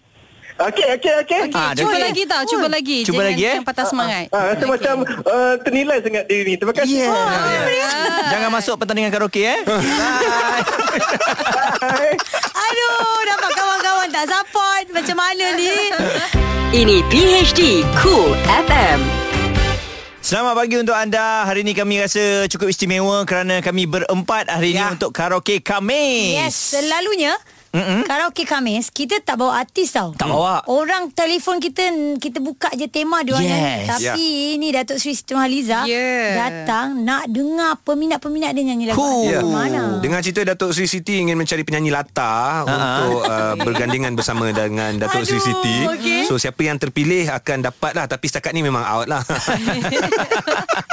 [SPEAKER 6] Okey, okey, okey
[SPEAKER 1] Ah, dia-
[SPEAKER 5] cuba lagi tau, cuba lagi.
[SPEAKER 1] Cuba
[SPEAKER 5] Jangan
[SPEAKER 1] lagi, eh.
[SPEAKER 5] jangan patah semangat.
[SPEAKER 6] Ah, rasa macam uh, ternilai sangat diri ni. Terima kasih.
[SPEAKER 1] Yeah.
[SPEAKER 5] Ya.
[SPEAKER 1] Jangan masuk pertandingan karaoke eh
[SPEAKER 6] Bye.
[SPEAKER 2] Aduh, dapat kawan-kawan tak support. Macam mana ni?
[SPEAKER 3] Ini PHD Cool FM
[SPEAKER 1] Selamat pagi untuk anda Hari ni kami rasa cukup istimewa Kerana kami berempat hari
[SPEAKER 2] Ya.
[SPEAKER 1] ni Untuk karaoke kami
[SPEAKER 2] Yes, selalunya Mm-mm. Karaoke Khamis Kita tak bawa artis tau
[SPEAKER 1] Tak bawa.
[SPEAKER 2] Orang telefon kita Kita buka je tema dia orang
[SPEAKER 1] Yes.
[SPEAKER 2] nyanyi
[SPEAKER 5] Ya.
[SPEAKER 2] Tapi yeah. ni Datuk Sri Siti Nurhaliza
[SPEAKER 5] Yeah.
[SPEAKER 2] Datang Nak dengar peminat-peminat dia nyanyi lagu
[SPEAKER 5] Oh,
[SPEAKER 2] artis
[SPEAKER 1] Cool.
[SPEAKER 4] Ya.
[SPEAKER 2] Mana
[SPEAKER 4] Dengan cerita Datuk Sri Siti ingin mencari penyanyi
[SPEAKER 1] Ha,
[SPEAKER 4] latar untuk uh, bergandingan bersama dengan Datuk Sri
[SPEAKER 5] Aduh,
[SPEAKER 4] Siti.
[SPEAKER 5] okey.
[SPEAKER 4] So siapa yang terpilih akan dapat lah tapi setakat ni memang out lah.
[SPEAKER 5] Ah.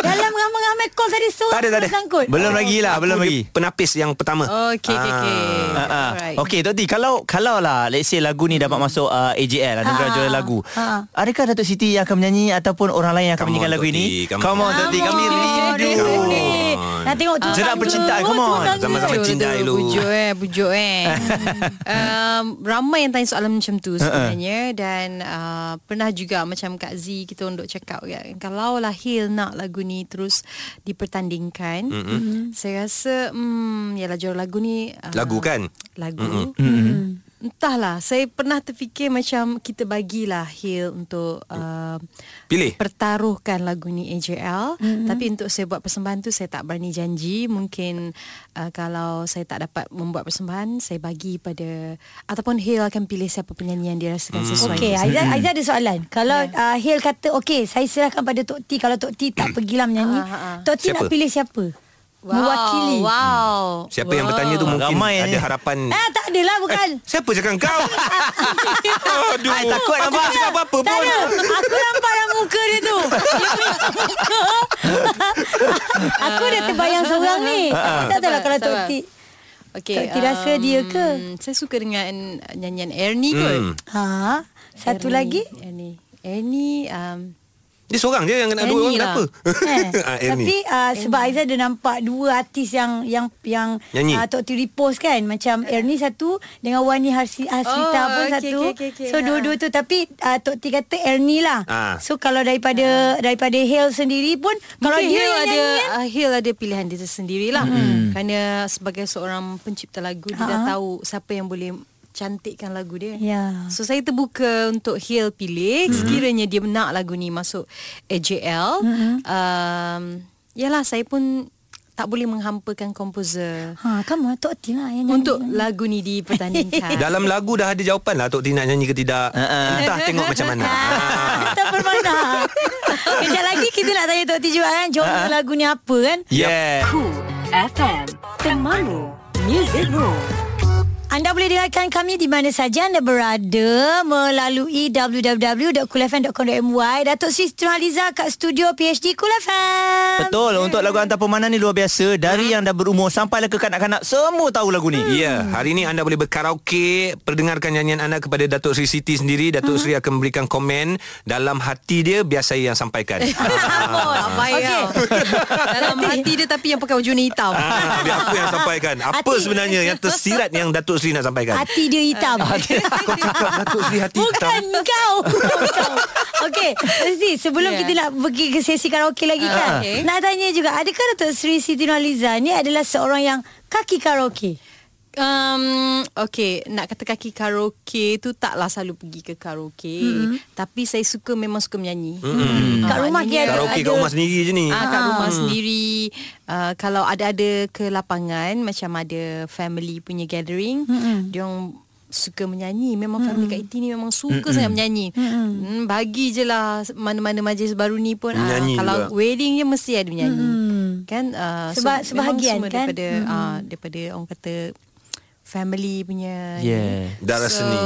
[SPEAKER 2] Dalam ramai-ramai call tadi Seorang
[SPEAKER 4] Tak ada, tak ada.
[SPEAKER 2] pun sangkut
[SPEAKER 1] Belum lagi lah, belum
[SPEAKER 4] Aku
[SPEAKER 1] lagi.
[SPEAKER 4] dia Penapis yang pertama.
[SPEAKER 5] Okey, okey, okey.
[SPEAKER 4] Ah.
[SPEAKER 1] Ha, ha.
[SPEAKER 5] Alright.
[SPEAKER 1] Okey Tok T kalau kalau lah let's say lagu ni dapat masuk uh, AJL anugerah
[SPEAKER 2] Ah,
[SPEAKER 1] juara lagu.
[SPEAKER 2] ah.
[SPEAKER 1] Adakah Datuk Siti yang akan menyanyi ataupun orang lain yang akan
[SPEAKER 4] Come
[SPEAKER 1] menyanyikan
[SPEAKER 4] on,
[SPEAKER 1] lagu
[SPEAKER 4] Tok T,
[SPEAKER 1] ini?
[SPEAKER 4] come
[SPEAKER 1] Come on Tok T kami rindu.
[SPEAKER 4] Come on.
[SPEAKER 2] Nak tengok tu
[SPEAKER 1] Sedap percintaan, come on.
[SPEAKER 4] Zaman-zaman
[SPEAKER 5] Betul,
[SPEAKER 4] cinta
[SPEAKER 5] betul.
[SPEAKER 4] dulu.
[SPEAKER 5] Bujuk eh Bujuk eh um, Ramai yang tanya soalan macam tu sebenarnya Dan uh, pernah juga macam Kak Z kita untuk cakap kan Kalau lah Hil nak lagu ni terus dipertandingkan mm-hmm. Saya rasa hmm, Yalah juara lagu ni uh,
[SPEAKER 4] Lagu kan?
[SPEAKER 5] Lagu mm-hmm. Entahlah Saya pernah terfikir macam Kita bagilah Hil untuk
[SPEAKER 1] Mm.
[SPEAKER 5] uh,
[SPEAKER 4] Pilih.
[SPEAKER 5] pertaruhkan lagu ni AJL mm-hmm. tapi untuk saya buat persembahan tu saya tak berani janji mungkin uh, kalau saya tak dapat membuat persembahan saya bagi pada ataupun Hil akan pilih siapa penyanyi yang dia rasakan sesuai Ya.
[SPEAKER 2] Okey,
[SPEAKER 5] dengan
[SPEAKER 2] Aizah, Aizah ada soalan. Kalau yeah. uh, Hil kata, okey, saya serahkan pada Tok T. Kalau Tok T tak pergilah menyanyi,
[SPEAKER 5] Ah, ah, ah.
[SPEAKER 2] Tok T
[SPEAKER 4] Siapa?
[SPEAKER 2] nak pilih siapa?
[SPEAKER 5] saya. wow,
[SPEAKER 2] Mewakili.
[SPEAKER 5] wow
[SPEAKER 4] Siapa
[SPEAKER 5] wow. Eh.
[SPEAKER 4] yang bertanya tu mungkin
[SPEAKER 1] Ramai
[SPEAKER 4] ada
[SPEAKER 1] ni.
[SPEAKER 4] harapan.
[SPEAKER 2] Ah, tak adalah bukan.
[SPEAKER 4] Siapa cakap kau? Aduh.
[SPEAKER 1] Ai, takut
[SPEAKER 4] Aku
[SPEAKER 1] nampak.
[SPEAKER 4] tak cakap apa-apa
[SPEAKER 2] tak
[SPEAKER 4] pun.
[SPEAKER 2] ada. Aku nampak dalam muka dia tu. Dia punya muka. Aku dah terbayang seorang ni. Aku tak tahu lah kalau Tok
[SPEAKER 5] Sabar.
[SPEAKER 2] T.
[SPEAKER 5] okay,
[SPEAKER 2] Tok T rasa dia ke?
[SPEAKER 5] um, saya suka dengan nyanyian Ernie kot
[SPEAKER 4] Hmm.
[SPEAKER 2] Ha, satu
[SPEAKER 5] Ernie,
[SPEAKER 2] lagi.
[SPEAKER 5] Ernie Ernie um,
[SPEAKER 4] Dia seorang je yang nak dua
[SPEAKER 5] Ernie
[SPEAKER 4] orang
[SPEAKER 5] lah.
[SPEAKER 4] kenapa?
[SPEAKER 2] Eh,
[SPEAKER 4] Ah,
[SPEAKER 2] tapi uh, sebab Aizah ada nampak dua artis yang yang yang
[SPEAKER 4] Nyanyi.
[SPEAKER 2] uh, Tok T repost kan macam Ernie satu dengan Wani Harsi, Hasrita
[SPEAKER 5] Oh,
[SPEAKER 2] pun
[SPEAKER 5] okey,
[SPEAKER 2] satu.
[SPEAKER 5] okey, okey, okey.
[SPEAKER 2] So dua-dua tu tapi uh, Tok T kata Ernie lah.
[SPEAKER 4] Ah.
[SPEAKER 2] So kalau daripada daripada Hale sendiri pun kalau
[SPEAKER 5] Ah. Mungkin
[SPEAKER 2] dia
[SPEAKER 5] Hil
[SPEAKER 2] yang
[SPEAKER 5] ada
[SPEAKER 2] nyanyi kan,
[SPEAKER 5] uh, Hil ada pilihan dia sendirilah hmm. kerana sebagai seorang pencipta lagu dia dah tahu siapa yang boleh cantikkan lagu dia.
[SPEAKER 2] Ya.
[SPEAKER 5] So saya terbuka untuk Hil pilih hmm. sekiranya dia nak lagu ni masuk AJL. Hmm. Um, yalah saya pun tak boleh menghampakan komposer
[SPEAKER 2] Ha, kamu Tok T lah yang nyanyi.
[SPEAKER 5] untuk lagu ni dipertandingkan.
[SPEAKER 4] Dalam lagu dah ada jawapan lah Tok T nak nyanyi ke tidak
[SPEAKER 1] Ha,
[SPEAKER 4] Entah tengok macam mana
[SPEAKER 2] Kita permana. Kejap lagi kita nak tanya Tok T juga kan
[SPEAKER 4] Ah.
[SPEAKER 2] genre lagu ni apa kan?
[SPEAKER 4] Ya,
[SPEAKER 1] Yeah.
[SPEAKER 3] Cool FM Temanmu Music Room
[SPEAKER 2] Anda boleh dengarkan kami di mana saja anda berada melalui www.kulafm.com.my. Datuk Sri Siti Nurhaliza kat studio PhD Kulafm.
[SPEAKER 1] Betul untuk lagu hantar permainan ni luar biasa dari yang dah berumur sampailah ke kanak-kanak semua tahu lagu ni.
[SPEAKER 4] Ya, yeah, hari ini anda boleh berkaraoke, perdengarkan nyanyian anda kepada Datuk Sri Siti sendiri. Datuk Sri akan memberikan komen dalam hati dia biar saya yang sampaikan. Ah.
[SPEAKER 5] Oh, tak payah.
[SPEAKER 2] Okey.
[SPEAKER 5] Dalam hati dia tapi yang pakai warna hitam.
[SPEAKER 4] Ah, biar aku yang sampaikan. Apa
[SPEAKER 2] Hati-
[SPEAKER 4] sebenarnya yang tersirat yang Datuk Sri nak sampaikan?
[SPEAKER 2] Hati dia hitam.
[SPEAKER 5] Ah.
[SPEAKER 4] Kau cakap Datuk Sri hati hitam.
[SPEAKER 2] Bukan kau. kau. Okey, Sri, sebelum
[SPEAKER 5] Ya.
[SPEAKER 2] kita nak pergi ke sesi karaoke lagi kan.
[SPEAKER 5] okey.
[SPEAKER 2] Nak tanya juga, adakah Datuk Sri Siti Nurhaliza ni adalah seorang yang kaki karaoke?
[SPEAKER 5] Um, okay, nak kata kaki karaoke tu taklah selalu pergi ke karaoke. Mm-hmm. Tapi saya suka memang suka menyanyi. Mm-hmm.
[SPEAKER 2] Kat rumah dia ada-
[SPEAKER 4] Karaoke kat rumah sendiri je ni.
[SPEAKER 5] Ah, kat rumah sendiri uh, kalau ada-ada ke lapangan macam ada family punya gathering mm-hmm. dia orang suka menyanyi memang mm-hmm. family kat Iti ni memang suka mm-hmm. sangat menyanyi mm-hmm. hmm, bagi je lah mana-mana majlis baru ni pun ah,
[SPEAKER 4] Menyanyi
[SPEAKER 5] kalau
[SPEAKER 4] juga.
[SPEAKER 5] wedding je mesti ada menyanyi mm-hmm. kan uh,
[SPEAKER 2] Sebab-
[SPEAKER 5] memang
[SPEAKER 2] sebahagian
[SPEAKER 5] semua
[SPEAKER 2] kan?
[SPEAKER 5] daripada mm-hmm. uh, daripada orang kata family punya ni.
[SPEAKER 1] Yeah.
[SPEAKER 4] Darah seni.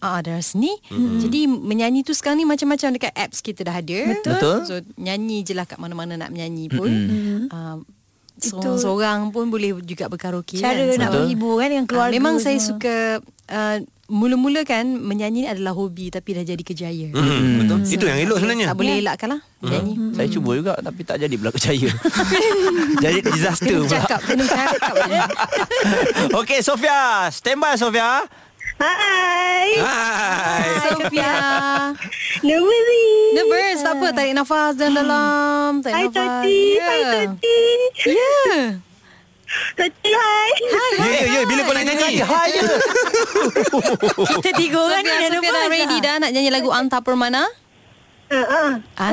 [SPEAKER 5] Ah, darah seni. Mm-hmm. Jadi menyanyi tu sekarang ni macam-macam dekat apps kita dah ada.
[SPEAKER 1] Betul. Betul.
[SPEAKER 5] So nyanyi je lah kat mana-mana nak menyanyi pun. Mm-hmm. Uh, seorang-seorang pun boleh juga berkaraoke.
[SPEAKER 2] Cara
[SPEAKER 5] kan?
[SPEAKER 2] nak
[SPEAKER 5] So,
[SPEAKER 2] menghibur kan dengan
[SPEAKER 5] ah,
[SPEAKER 2] keluarga.
[SPEAKER 5] Memang saya
[SPEAKER 2] semua.
[SPEAKER 5] suka uh, mula-mula kan menyanyi ni adalah hobi tapi dah jadi kerjaya. Mm-hmm.
[SPEAKER 4] Hmm, betul. Itu yang elok sebenarnya.
[SPEAKER 5] Tak
[SPEAKER 2] Ya.
[SPEAKER 5] boleh elakkan lah menyanyi.
[SPEAKER 1] Hmm.
[SPEAKER 4] Hmm.
[SPEAKER 1] Saya cuba juga tapi tak jadi pula percaya. jadi disaster
[SPEAKER 5] Kena
[SPEAKER 1] pula.
[SPEAKER 5] cakap, kena cakap.
[SPEAKER 1] Okey Sofia, stand by Sofia.
[SPEAKER 7] Hai.
[SPEAKER 4] Hai.
[SPEAKER 5] Sophia.
[SPEAKER 7] Nervous.
[SPEAKER 5] Nervous, tak apa. Tarik nafas dan dalam. Tarik
[SPEAKER 7] Hai
[SPEAKER 5] nafas.
[SPEAKER 7] Tati. Hai
[SPEAKER 5] Ya.
[SPEAKER 7] Tati.
[SPEAKER 5] Yeah.
[SPEAKER 7] Tati hai.
[SPEAKER 4] Ya, ya, ya. Bila kau nak nyanyi?
[SPEAKER 1] Ha ya.
[SPEAKER 2] Kita tiga orang ni dah
[SPEAKER 5] Sophia, Sophia dah
[SPEAKER 2] nervous
[SPEAKER 5] ready
[SPEAKER 2] dah.
[SPEAKER 5] dah nak nyanyi lagu Anta Permana.
[SPEAKER 7] Ha, ha. Ah,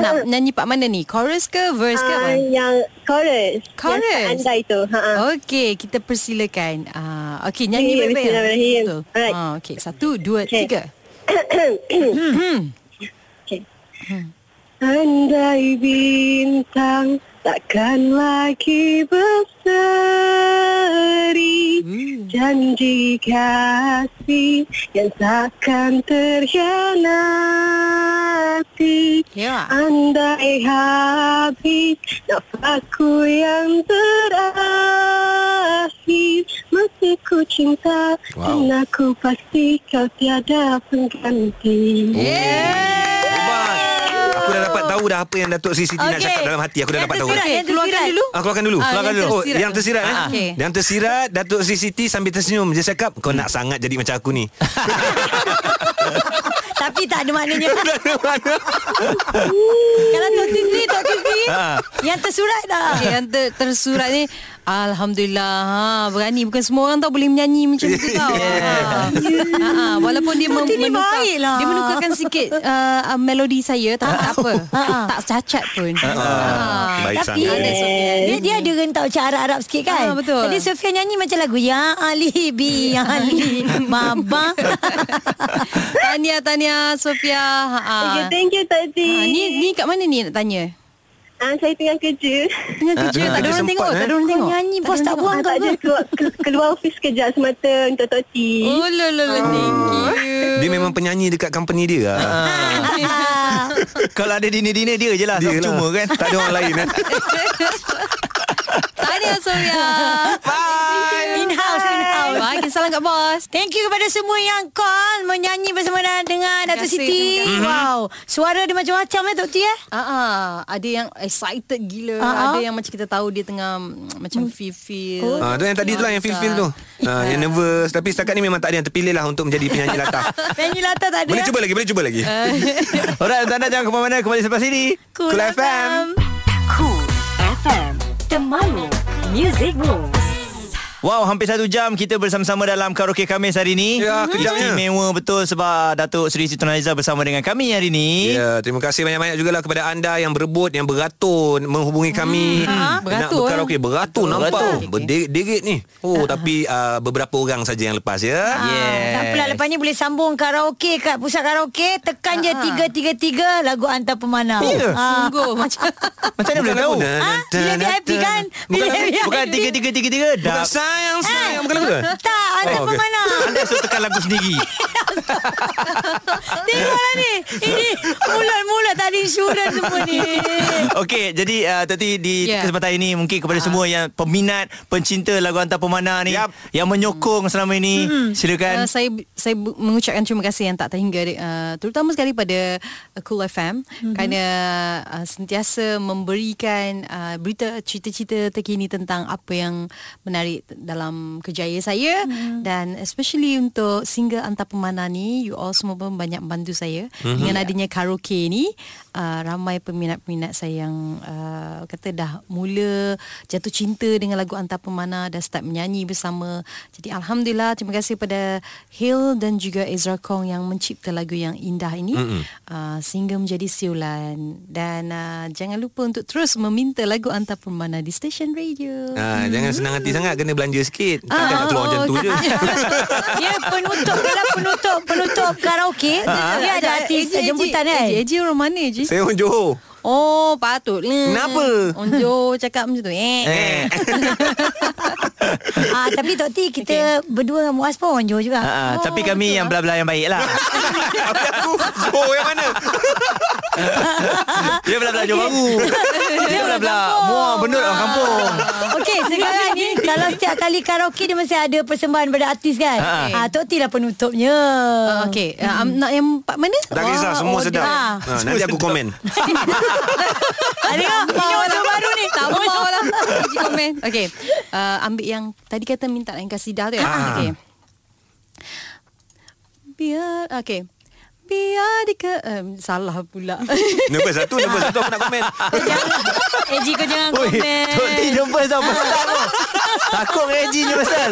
[SPEAKER 5] Ah, nak nyanyi part mana ni? Chorus ke? Verse ke?
[SPEAKER 7] ah,
[SPEAKER 5] apa?
[SPEAKER 7] yang chorus.
[SPEAKER 5] Chorus?
[SPEAKER 7] Yang tak andai tu. Ha. ah.
[SPEAKER 5] Okey, kita persilakan. Ah, okey, nyanyi
[SPEAKER 7] Okey,
[SPEAKER 5] baik-baik. ya?
[SPEAKER 7] bismillahirrahmanirrahim.
[SPEAKER 5] Betul.
[SPEAKER 7] Alright.
[SPEAKER 5] Ah, okey, satu, dua,
[SPEAKER 7] Okey.
[SPEAKER 5] tiga. Hmm,
[SPEAKER 7] Okay. Andai bintang takkan lagi berseri Janji kasih yang takkan terkhianati
[SPEAKER 5] Ya.
[SPEAKER 7] Andai habis nafasku yang terakhir Masih ku cinta
[SPEAKER 4] Wow.
[SPEAKER 7] dan aku pasti kau tiada pengganti
[SPEAKER 4] Hebat. Aku dah dapat tahu dah apa yang Datuk Sri Siti okay. nak
[SPEAKER 5] Okey.
[SPEAKER 4] cakap dalam hati. Aku dah
[SPEAKER 2] Yang
[SPEAKER 4] dapat tahu. eh?
[SPEAKER 2] tersirat,
[SPEAKER 5] Okey,
[SPEAKER 2] yang
[SPEAKER 5] keluarkan
[SPEAKER 2] tersirat.
[SPEAKER 5] dulu.
[SPEAKER 4] Ah, keluarkan dulu.
[SPEAKER 5] Ah,
[SPEAKER 4] keluarkan
[SPEAKER 5] yang
[SPEAKER 4] dulu. Oh,
[SPEAKER 5] tersirat.
[SPEAKER 4] yang tersirat eh.
[SPEAKER 5] Ah, okey.
[SPEAKER 4] Yang tersirat Datuk Sri Siti sambil tersenyum. Dia cakap, "Kau nak sangat jadi macam aku ni."
[SPEAKER 2] Tapi tak ada maknanya Kalau Tok Titi Tok Titi
[SPEAKER 4] Ah,
[SPEAKER 2] Yang tersurat dah
[SPEAKER 5] Okey, yang ter, tersurat ni Alhamdulillah ha, Berani Bukan semua orang tau Boleh menyanyi macam tu tau ha. Ha, Walaupun dia mem-
[SPEAKER 2] Tati ni
[SPEAKER 5] menukar,
[SPEAKER 2] baiklah.
[SPEAKER 5] Dia menukarkan sikit uh, uh, Melodi saya Tak apa
[SPEAKER 2] Ah, ah.
[SPEAKER 5] Tak cacat pun
[SPEAKER 4] Ah,
[SPEAKER 5] ha.
[SPEAKER 4] baik
[SPEAKER 2] Tapi
[SPEAKER 4] sangat.
[SPEAKER 5] ada Sofian.
[SPEAKER 2] dia, dia ada rentau macam Arab-Arab sikit kan
[SPEAKER 5] Ah, betul.
[SPEAKER 2] Jadi Sofia nyanyi macam lagu Ya Ali bi Ya Ali Mama
[SPEAKER 5] Ha. Tahniah Tahniah Sofia ha.
[SPEAKER 7] Okay, thank you Tati.
[SPEAKER 5] ha. Ni, ni kat mana ni nak tanya
[SPEAKER 7] Ah, saya tengah kerja.
[SPEAKER 5] Tengah kerja
[SPEAKER 4] tengah
[SPEAKER 5] Tak ada
[SPEAKER 4] kerja
[SPEAKER 5] orang
[SPEAKER 4] sempat,
[SPEAKER 5] tengok Tak
[SPEAKER 4] eh.
[SPEAKER 5] ada orang
[SPEAKER 2] Kau
[SPEAKER 5] tengok
[SPEAKER 2] nyanyi, bos
[SPEAKER 5] ada
[SPEAKER 2] tak
[SPEAKER 5] orang
[SPEAKER 2] buang
[SPEAKER 7] Ah,
[SPEAKER 2] kau
[SPEAKER 5] tengok.
[SPEAKER 7] tak
[SPEAKER 2] ke?
[SPEAKER 7] ada keluar, ke- keluar office kerja semata untuk Tati.
[SPEAKER 5] Oh lolo Thank you
[SPEAKER 4] Dia memang penyanyi dekat company dia. Ah.
[SPEAKER 7] Hmm.
[SPEAKER 1] Kalau ada dinner-dinner dia je lah Dia
[SPEAKER 4] Dia lah.
[SPEAKER 1] Cuma kan
[SPEAKER 4] Tak ada orang lain eh.
[SPEAKER 5] Tahniah Sofia Bye
[SPEAKER 2] In-house In-house
[SPEAKER 5] Bye Kita salam kat bos
[SPEAKER 2] Thank you kepada semua yang call Menyanyi bersama dan- dengan
[SPEAKER 5] Terima
[SPEAKER 2] Dato'
[SPEAKER 5] kasih,
[SPEAKER 2] Siti
[SPEAKER 4] Mhm.
[SPEAKER 5] terima
[SPEAKER 2] Wow Suara dia macam-macam eh Tok T eh
[SPEAKER 5] Ah, uh ada yang excited gila,
[SPEAKER 2] Ah, ah.
[SPEAKER 5] ada yang macam kita tahu dia tengah mm, macam feel feel.
[SPEAKER 2] Oh,
[SPEAKER 4] Ah, tu yang tadi tu lah yang feel-feel tu. Ah, yang nervous. Tapi setakat ni memang tak ada yang terpilih lah untuk menjadi penyanyi latar.
[SPEAKER 7] Ah,
[SPEAKER 2] Penyanyi latar tak ada
[SPEAKER 4] boleh
[SPEAKER 2] eh?
[SPEAKER 4] cuba lagi, boleh cuba lagi.
[SPEAKER 1] Alright untuk anda jangan ke mana-mana Kembali selepas ini
[SPEAKER 2] Cool FM.
[SPEAKER 3] Cool FM Temanmu Music Rules
[SPEAKER 1] Wow, hampir satu jam kita bersama-sama dalam karaoke kami hari ini.
[SPEAKER 4] Ya, kejapnya.
[SPEAKER 1] Istimewa betul sebab Datuk Seri Siti Nurhaliza bersama dengan kami hari ini.
[SPEAKER 4] Ya, terima kasih banyak-banyak jugalah kepada anda yang berebut, yang beratur menghubungi kami.
[SPEAKER 2] ha?
[SPEAKER 4] Hmm. Nak
[SPEAKER 5] Beratur,
[SPEAKER 4] berkaraoke, beratur nampak.
[SPEAKER 1] Beratur.
[SPEAKER 4] Beratur. Berderit-derit ni.
[SPEAKER 2] Ha,
[SPEAKER 4] Oh, tapi uh, beberapa orang saja yang lepas ya.
[SPEAKER 1] Yes.
[SPEAKER 2] Ah, Tak apalah lepas ni boleh sambung karaoke kat pusat karaoke tekan je 333 lagu antar Ah. pemanah.
[SPEAKER 1] Ya.
[SPEAKER 5] Sungguh macam
[SPEAKER 1] Macam mana boleh tahu?
[SPEAKER 2] Ah, bila VIP kan? Bila
[SPEAKER 1] Bukan,
[SPEAKER 2] VIP.
[SPEAKER 1] bukan tiga tiga tiga tiga.
[SPEAKER 4] Bukan
[SPEAKER 1] Dah.
[SPEAKER 4] sayang, sayang. Bukan lagu ke?
[SPEAKER 2] Tak, antar
[SPEAKER 4] Oh,
[SPEAKER 2] oh,
[SPEAKER 4] okey.
[SPEAKER 2] pemanah.
[SPEAKER 1] Anda suruh tekan lagu sendiri.
[SPEAKER 2] Tengoklah ni. Ini mulut-mulut tak ada insurans semua ni.
[SPEAKER 1] Okey, jadi uh, tadi di
[SPEAKER 5] Ya.
[SPEAKER 1] yeah. kesempatan ini mungkin
[SPEAKER 8] Ah.
[SPEAKER 1] kepada semua yang peminat, pencinta lagu antar pemana ni
[SPEAKER 4] Yap.
[SPEAKER 1] yang menyokong selama ini,
[SPEAKER 8] Eh,
[SPEAKER 5] uh,
[SPEAKER 1] silakan.
[SPEAKER 5] saya saya bu- mengucapkan terima kasih yang tak terhingga uh, terutama sekali pada uh, Cool FM mm-hmm. kerana uh, sentiasa memberikan uh, berita cerita-cerita terkini tentang apa yang menarik t- dalam kerjaya saya mm-hmm. dan especially untuk single antar pemanah ni you all semua pun banyak membantu saya mm-hmm. dengan adanya karaoke ni uh, ramai peminat-peminat saya yang uh, kata dah mula jatuh cinta dengan lagu antar pemana dah start menyanyi bersama. Jadi alhamdulillah terima kasih pada Hill dan juga Ezra Kong yang mencipta lagu yang indah ini mm-hmm. uh, sehingga menjadi siulan dan uh, jangan lupa untuk terus meminta lagu antar pemana di stesen radio.
[SPEAKER 4] Ah, jangan senang hati sangat Kena belanja sikit
[SPEAKER 2] Ah,
[SPEAKER 4] Takkan nak keluar macam tu
[SPEAKER 2] oh,
[SPEAKER 4] je
[SPEAKER 2] Ya penutup kalau penutup penutup karaoke dia ada artis jemputan kan.
[SPEAKER 5] Eji, Eji orang mana Eji?
[SPEAKER 4] Ah. Saya orang Johor
[SPEAKER 5] Oh patut
[SPEAKER 4] Kenapa?
[SPEAKER 5] Onjo cakap macam tu Eh, eh.
[SPEAKER 1] Eh.
[SPEAKER 2] Ah tapi Tok T kita berdua dengan Muaz pun orang Johor juga.
[SPEAKER 1] Ah, ah, tapi
[SPEAKER 8] Oh,
[SPEAKER 1] kami yang belah-belah yang baik lah
[SPEAKER 4] Habis aku Johor Oh, yang mana
[SPEAKER 1] Dia belah-belah Johor Baru Dia belah-belah Muar benar orang kampung
[SPEAKER 2] Oh, Okey sekarang ni Kalau setiap kali karaoke Dia mesti ada persembahan pada artis kan
[SPEAKER 1] Ha.
[SPEAKER 2] okay. ah, Tok T lah penutupnya Ah,
[SPEAKER 5] Uh, okay uh, um, Nak yang part mana?
[SPEAKER 4] Tak kisah semua
[SPEAKER 2] oh,
[SPEAKER 4] sedap
[SPEAKER 2] dah.
[SPEAKER 4] ha, Nanti aku komen
[SPEAKER 5] Ada yang
[SPEAKER 2] Ini order
[SPEAKER 5] baru ni Tak mau lah Uji komen Okay uh, Ambil yang Tadi kata minta
[SPEAKER 2] Ah.
[SPEAKER 5] yang kasidah tu ya
[SPEAKER 4] Ah.
[SPEAKER 5] Okay Biar Okay
[SPEAKER 8] biar ke um, salah pula.
[SPEAKER 4] Nombor satu Nombor satu aku nak komen
[SPEAKER 2] Eji kau jangan
[SPEAKER 1] Oi,
[SPEAKER 2] komen.
[SPEAKER 1] Tok T jumpa tau pasal tu. Takut dengan Eji ni pasal.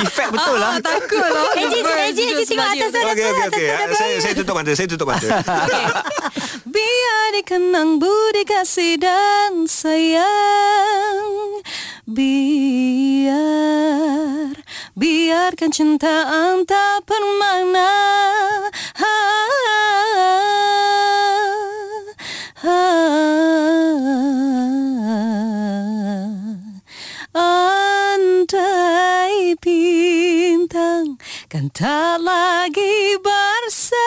[SPEAKER 1] Efek betul
[SPEAKER 8] Ah,
[SPEAKER 1] lah.
[SPEAKER 8] takut lah.
[SPEAKER 2] Eji, Eji, Eji tengok atas sana.
[SPEAKER 4] Okey okey okey Ah, Saya saya tutup mata Saya tutup mata
[SPEAKER 8] Biar dikenang budi kasih dan sayang Biar Biarkan cintaan tak permana ha, ha, ha. Andai bintang Kan tak lagi berseri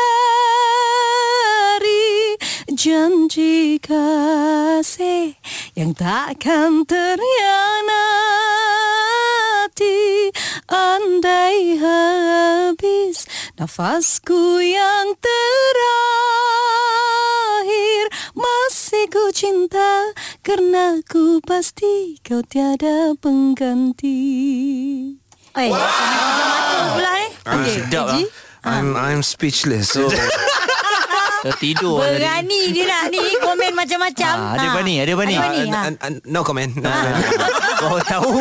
[SPEAKER 8] Janji kasih Yang takkan terhianati Andai habis Nafasku yang terakhir Masih ku cinta Karena ku pasti kau tiada pengganti
[SPEAKER 2] Eh, wow. pula eh.
[SPEAKER 4] Ah,
[SPEAKER 8] Okey,
[SPEAKER 1] sedap lah.
[SPEAKER 8] Eji.
[SPEAKER 2] Ah.
[SPEAKER 4] I'm I'm speechless so,
[SPEAKER 1] Tertidur lah tadi.
[SPEAKER 2] Berani dia nak ni komen macam-macam.
[SPEAKER 1] Ah, ada berani, ada berani.
[SPEAKER 2] Ada Ah. berani.
[SPEAKER 4] uh,
[SPEAKER 2] ha.
[SPEAKER 4] n- n- No comment No comment
[SPEAKER 1] Kau tahu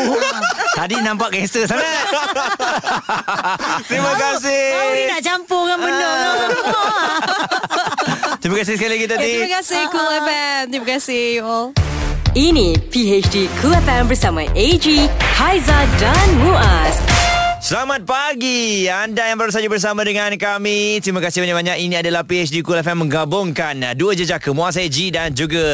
[SPEAKER 1] Tadi nampak gangster sangat
[SPEAKER 4] Terima kasih
[SPEAKER 2] Kau ni nak campur dengan benda orang semua.
[SPEAKER 1] Terima kasih sekali lagi
[SPEAKER 8] Eh,
[SPEAKER 1] tadi
[SPEAKER 8] terima kasih Cool FM. Terima kasih you all.
[SPEAKER 3] Ah, Ini PHD Cool FM bersama AG, Haiza dan Muaz.
[SPEAKER 1] Selamat pagi Anda yang baru saja bersama dengan kami Terima kasih banyak-banyak Ini adalah PHD Cool FM Menggabungkan uh, dua jejaka Muaz Eji dan juga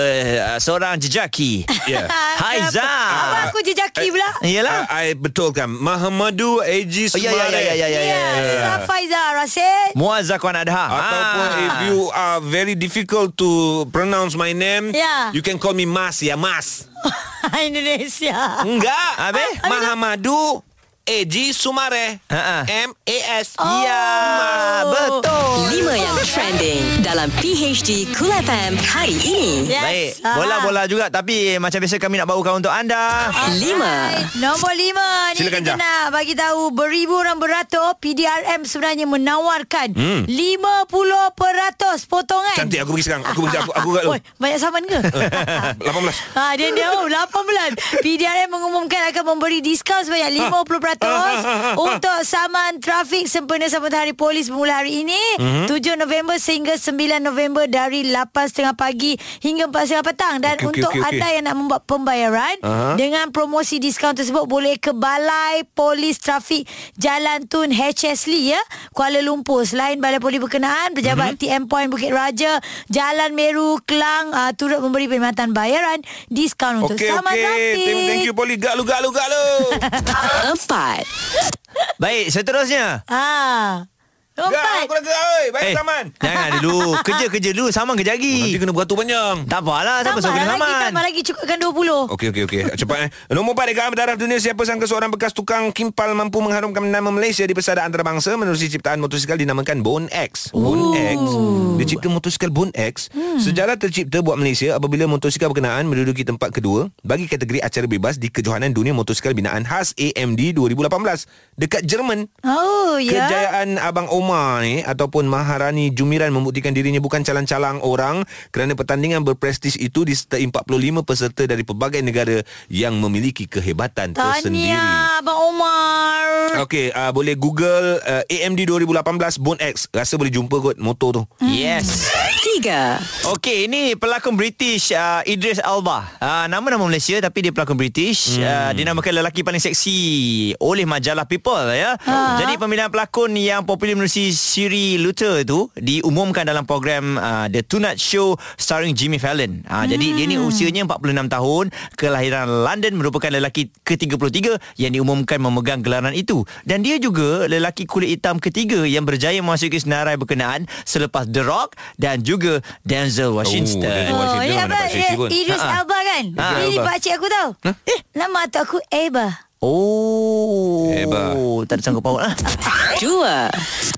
[SPEAKER 1] uh, Seorang jejaki
[SPEAKER 4] Ya.
[SPEAKER 1] Haiza
[SPEAKER 2] Apa
[SPEAKER 1] Ah.
[SPEAKER 2] aku jejaki pula?
[SPEAKER 1] Yelah
[SPEAKER 4] I, I Eh, betulkan Mahamadu AG
[SPEAKER 1] Oh, ya, ya, ya, ya, ya, ya, ya, ya.
[SPEAKER 2] Ya, Faiza Rasid.
[SPEAKER 1] Muaz Zakwan Adha
[SPEAKER 4] Ataupun
[SPEAKER 1] Ah.
[SPEAKER 4] if you are very difficult to pronounce my name,
[SPEAKER 2] Yeah.
[SPEAKER 4] you can call me Mas ya Mas.
[SPEAKER 2] Indonesia.
[SPEAKER 4] Enggak. Ah,
[SPEAKER 1] Habis?
[SPEAKER 4] Mahamadu Eji Sumare.
[SPEAKER 7] Ah.
[SPEAKER 1] Ha-ha.
[SPEAKER 4] M A S.
[SPEAKER 7] Oh.
[SPEAKER 1] Ya Betul
[SPEAKER 3] Lima
[SPEAKER 7] ya?
[SPEAKER 3] yang trending dalam PHD Cool FM hari ini.
[SPEAKER 2] Yes.
[SPEAKER 1] Baik
[SPEAKER 2] Ah.
[SPEAKER 1] Bola-bola juga Tapi macam biasa kami nak bawakan untuk anda
[SPEAKER 3] Lima.
[SPEAKER 2] Nombor lima ni
[SPEAKER 4] Silakan,
[SPEAKER 2] kita
[SPEAKER 4] Jah.
[SPEAKER 2] nak bagi tahu beribu orang beratur PDRM sebenarnya menawarkan hmm. 50% potongan.
[SPEAKER 4] Cantik aku pergi sekarang. Aku pergi aku aku kat lu.
[SPEAKER 2] Oi, banyak saman ke?
[SPEAKER 4] 18.
[SPEAKER 2] Ha, dia dia oh, 18. PDRM mengumumkan akan memberi diskaun
[SPEAKER 4] Ah.
[SPEAKER 2] sebanyak 50% untuk saman trafik sempena sambut hari polis bermula hari ini mm-hmm.
[SPEAKER 4] Mhm.
[SPEAKER 2] 7 November sehingga 9 November dari 8.30 pagi hingga 4.30 petang dan
[SPEAKER 4] Okey, okey,
[SPEAKER 2] untuk
[SPEAKER 4] okey, okey.
[SPEAKER 2] anda yang nak membuat pembayaran uh-huh. dengan promosi diskaun tersebut boleh ke Balai Polis Trafik Jalan Tun HSLI ya Kuala Lumpur selain Balai Polis berkenaan
[SPEAKER 4] Mhm.
[SPEAKER 2] pejabat mm-hmm. TM Point Bukit Raja Jalan Meru Kelang uh, turut memberi perkhidmatan bayaran diskaun untuk
[SPEAKER 4] Okey
[SPEAKER 2] sama
[SPEAKER 4] okey.
[SPEAKER 2] trafik
[SPEAKER 4] Thank- Thank you Poli. Gak lu gak lu gak lu.
[SPEAKER 3] Empat.
[SPEAKER 1] Baik seterusnya
[SPEAKER 2] ha
[SPEAKER 4] Gak
[SPEAKER 2] Lompat
[SPEAKER 4] aku dah gak oi. Baik
[SPEAKER 1] Eh,
[SPEAKER 4] saman.
[SPEAKER 1] jangan dulu. Kerja-kerja dulu. Saman kerja
[SPEAKER 4] Nanti
[SPEAKER 1] lagi.
[SPEAKER 4] kena beratur panjang.
[SPEAKER 1] Tak apalah. Tak apa.
[SPEAKER 2] Tambah
[SPEAKER 1] Sama kena
[SPEAKER 2] lagi,
[SPEAKER 1] saman.
[SPEAKER 2] tambah lagi cukupkan 20
[SPEAKER 4] Okey, okey, okey. Cepat eh. Nombor 4 dekat berdarah dunia siapa sangka seorang bekas tukang kimpal mampu mengharumkan nama Malaysia di pesada antarabangsa menerusi ciptaan motosikal dinamakan Bone X. Bone X. Dia cipta motosikal Bone X.
[SPEAKER 2] Hmm.
[SPEAKER 4] Sejarah tercipta buat Malaysia apabila motosikal berkenaan menduduki tempat kedua bagi kategori acara bebas di kejohanan dunia motosikal binaan khas AMD 2018 dekat Jerman.
[SPEAKER 2] Oh ya
[SPEAKER 4] Kejayaan Abang Omar ni ataupun Maharani Jumiran membuktikan dirinya bukan calang-calang orang kerana pertandingan berprestij itu disertai 45 peserta dari pelbagai negara yang memiliki kehebatan tersendiri.
[SPEAKER 2] Tahniah Abang Omar
[SPEAKER 4] Okey, uh, boleh Google uh, AMD 2018 Bone X. Rasa boleh jumpa kot motor tu.
[SPEAKER 1] Yes.
[SPEAKER 3] Tiga.
[SPEAKER 1] Okey, ini pelakon British uh, Idris Alba. Uh, nama-nama Malaysia tapi dia pelakon British. Hmm. Uh, dinamakan lelaki paling seksi oleh majalah People ya. Jadi pemilihan pelakon yang popular menerusi siri Luther itu diumumkan dalam program uh, The Tonight Show starring Jimmy Fallon. Uh, Jadi dia
[SPEAKER 2] Hmm.
[SPEAKER 1] ni usianya 46 tahun, kelahiran London merupakan lelaki ke-33 yang diumumkan memegang gelaran itu. Dan dia juga lelaki kulit hitam ketiga yang berjaya memasuki senarai berkenaan selepas The Rock dan juga Denzel Washington.
[SPEAKER 4] Denzel.
[SPEAKER 2] Oh,
[SPEAKER 4] Washington
[SPEAKER 2] ya
[SPEAKER 4] mana
[SPEAKER 2] apa?
[SPEAKER 4] Pak Cik
[SPEAKER 2] Ya,
[SPEAKER 4] Cik pun? Ha,
[SPEAKER 2] Idris
[SPEAKER 1] Ha-ha.
[SPEAKER 2] Alba kan?
[SPEAKER 1] Ha,
[SPEAKER 2] Ini
[SPEAKER 4] Alba.
[SPEAKER 2] pakcik aku tahu. Eh, nama atuk aku Eba.
[SPEAKER 1] Oh.
[SPEAKER 4] Hebat.
[SPEAKER 1] Tak ada sanggup paut lah.
[SPEAKER 3] Dua.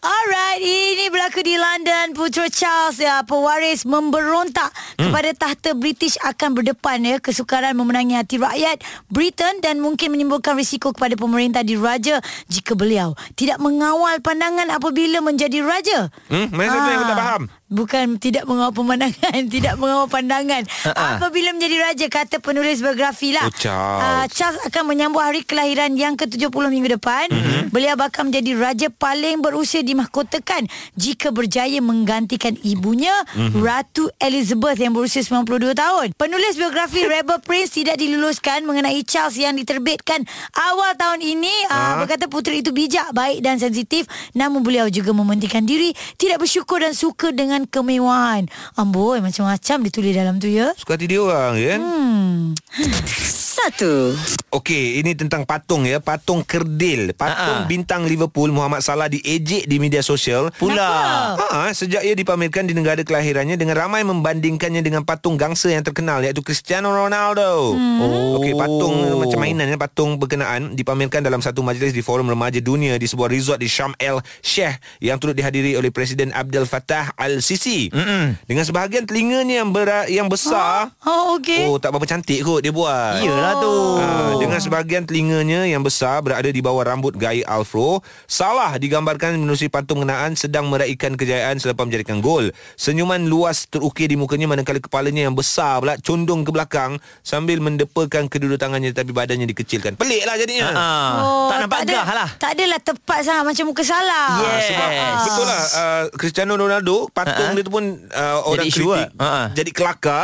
[SPEAKER 2] Alright, ini berlaku di London. Putera Charles ya, pewaris memberontak
[SPEAKER 4] Hmm.
[SPEAKER 2] kepada tahta British akan berdepan ya kesukaran memenangi hati rakyat Britain dan mungkin menimbulkan risiko kepada pemerintah diraja jika beliau tidak mengawal pandangan apabila menjadi raja.
[SPEAKER 4] Hmm, mana satu yang aku tak
[SPEAKER 2] Ah,
[SPEAKER 4] faham?
[SPEAKER 2] Bukan tidak mengawal pemandangan, tidak mengawal pandangan.
[SPEAKER 1] Ha-ha.
[SPEAKER 2] Apabila menjadi raja kata penulis biografi lah.
[SPEAKER 4] Oh, Charles.
[SPEAKER 2] Ah, Charles akan menyambut hari kelahiran yang ke-70 minggu depan.
[SPEAKER 4] Mhm.
[SPEAKER 2] Mm-hmm. Beliau bakal menjadi raja paling berusia dimahkotakan jika berjaya menggantikan ibunya mm-hmm.
[SPEAKER 1] Mhm.
[SPEAKER 2] Ratu Elizabeth yang berusia 92 tahun. Penulis biografi Rebel Prince tidak diluluskan mengenai Charles yang diterbitkan awal tahun ini ah. berkata puteri itu bijak, baik dan sensitif namun beliau juga mementingkan diri, tidak bersyukur dan suka dengan kemewahan. Amboi macam-macam ditulis dalam tu ya.
[SPEAKER 4] Suka hati dia orang kan hmm.
[SPEAKER 3] Satu.
[SPEAKER 4] Okey ini tentang patung ya Patung kerdil Patung
[SPEAKER 1] Ha-ha.
[SPEAKER 4] bintang Liverpool Muhammad Salah diejek di media sosial
[SPEAKER 1] Pula.
[SPEAKER 4] Ha, sejak ia dipamerkan di negara kelahirannya dengan ramai membandingkannya dengan patung gangsa yang terkenal iaitu Cristiano Ronaldo. Hmm.
[SPEAKER 1] Oh.
[SPEAKER 4] Okey, patung eh, macam mainan ya, patung berkenaan dipamerkan dalam satu majlis di Forum Remaja Dunia di sebuah resort di Sharm El Sheikh yang turut dihadiri oleh Presiden Abdel Fattah Al-Sisi. Mm-mm. Dengan sebahagian telinganya yang ber, yang
[SPEAKER 7] Ha?
[SPEAKER 4] besar.
[SPEAKER 2] Oh okey.
[SPEAKER 4] Oh, tak berapa cantik kot dia buat.
[SPEAKER 1] Iyalah tu.
[SPEAKER 4] Ah, dengan sebahagian telinganya yang besar berada di bawah rambut gaya Alfro, Salah digambarkan menerusi pantun mengenaan sedang meraihkan kejayaan selepas menjadikan gol. Senyuman luas terukir di mukanya manakala kepalanya yang besar pula condong ke belakang sambil mendepakan kedua tangannya tapi badannya dikecilkan. Peliklah jadinya.
[SPEAKER 1] Ah, tak nampak
[SPEAKER 2] ada-
[SPEAKER 1] gah lah.
[SPEAKER 2] Oh,
[SPEAKER 1] Ah,
[SPEAKER 2] Tak adalah tepat sangat macam muka salah.
[SPEAKER 1] Yes.
[SPEAKER 4] Ha, Sebab betul lah uh, Cristiano Ronaldo patung
[SPEAKER 1] Ha-ha.
[SPEAKER 4] dia tu pun uh, orang
[SPEAKER 1] isu
[SPEAKER 4] kritik
[SPEAKER 1] lah. Ha-ha.
[SPEAKER 4] jadi kelakar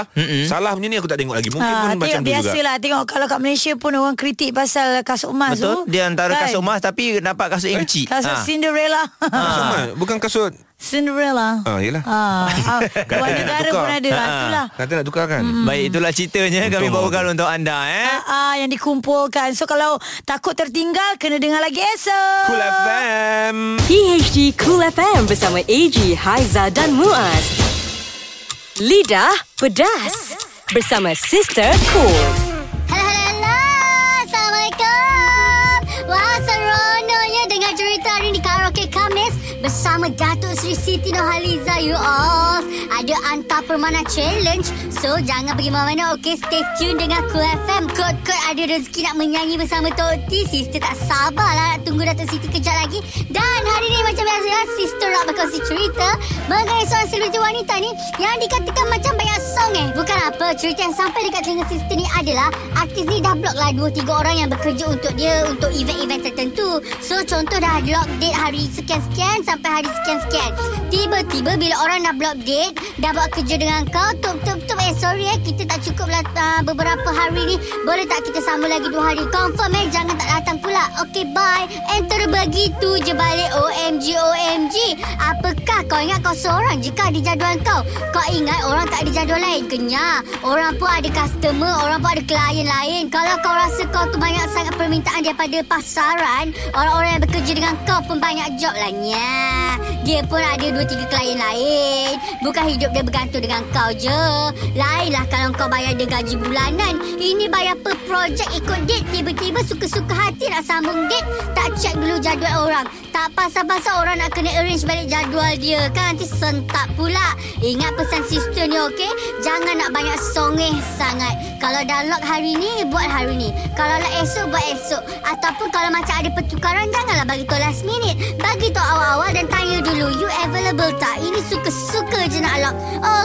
[SPEAKER 4] salah punya ni aku tak tengok lagi mungkin
[SPEAKER 2] Ah,
[SPEAKER 4] pun
[SPEAKER 2] tengok,
[SPEAKER 4] macam tu juga
[SPEAKER 2] biasalah tengok kalau kat Malaysia pun orang kritik pasal kasut emas
[SPEAKER 1] Betul.
[SPEAKER 2] tu.
[SPEAKER 1] Dia antara
[SPEAKER 2] kan? Eh,
[SPEAKER 1] kasut emas tapi dapat kasut yang kecil.
[SPEAKER 2] Kasut
[SPEAKER 1] Ah.
[SPEAKER 2] Cinderella.
[SPEAKER 4] Kasut emas, bukan kasut
[SPEAKER 2] Cinderella.
[SPEAKER 4] Ah, yelah.
[SPEAKER 2] Ah, ah, luar
[SPEAKER 4] Kata nak
[SPEAKER 2] negara
[SPEAKER 4] tukar.
[SPEAKER 2] pun ada. Ah,
[SPEAKER 1] Ah.
[SPEAKER 2] itulah.
[SPEAKER 4] Kata nak tukar kan hmm.
[SPEAKER 1] Baik itulah ceritanya kami
[SPEAKER 4] Untung
[SPEAKER 1] bawakan untuk anda eh.
[SPEAKER 2] Ah, ah, yang dikumpulkan. So kalau takut tertinggal kena dengar lagi esok.
[SPEAKER 4] Cool FM
[SPEAKER 3] PHD Cool FM bersama AG, Haiza dan Muaz. Lidah pedas bersama Sister Cool.
[SPEAKER 9] Hello, hello, hello. Assalamualaikum. Wah, seronoknya dengar cerita hari ni di Karaoke Kamis bersama Datuk Seri Siti Nohaliza, you all. Ada Anta Permana Challenge. So, jangan pergi mana-mana. Okay, stay tune dengan Cool FM. Kot-kot ada rezeki nak menyanyi bersama Tok T. Sister tak sabarlah nak tunggu Datuk Siti kejap lagi. Dan hari ni macam biasa, Sister nak berkongsi cerita mengenai seorang selebriti wanita ni yang dikatakan macam banyak song eh. Bukan apa, cerita yang sampai dekat telinga sister ni adalah artis ni dah block lah 2-3 orang yang bekerja untuk dia untuk event-event tertentu. So contoh dah block date hari sekian-sekian sampai hari sekian-sekian. Tiba-tiba bila orang dah block date, dah buat kerja dengan kau, tup tup tup eh sorry eh kita tak cukup lah uh, beberapa hari ni. Boleh tak kita sambung lagi 2 hari? Confirm eh jangan tak datang pula. Okay bye. And terus begitu je balik OMG OMG. Apakah kau ingat kau seorang je kah di jadual kau? Kau ingat orang tak ada jadual lain? Kenyah. Orang pun ada customer, orang pun ada klien lain. Kalau kau rasa kau tu banyak sangat permintaan daripada pasaran, orang-orang yang bekerja dengan kau pun banyak job lah nyah. Dia pun ada dua tiga klien lain. Bukan hidup dia bergantung dengan kau je. Lainlah kalau kau bayar dia gaji bulanan. Ini bayar per projek ikut date. Tiba-tiba suka-suka hati nak sambung date. Tak check dulu jadual orang. Tak pasal-pasal orang nak kena arrange balik jadual dia kan. Nanti sentak pula. Ingat pesan sister ni okey? Jangan nak banyak songeh sangat. Kalau dah lock hari ni, buat hari ni. Kalau lock esok, buat esok. Ataupun kalau macam ada pertukaran, janganlah bagi tahu last minute. Bagi tahu awal-awal dan tanya dulu. You available tak? Ini suka-suka je nak lock.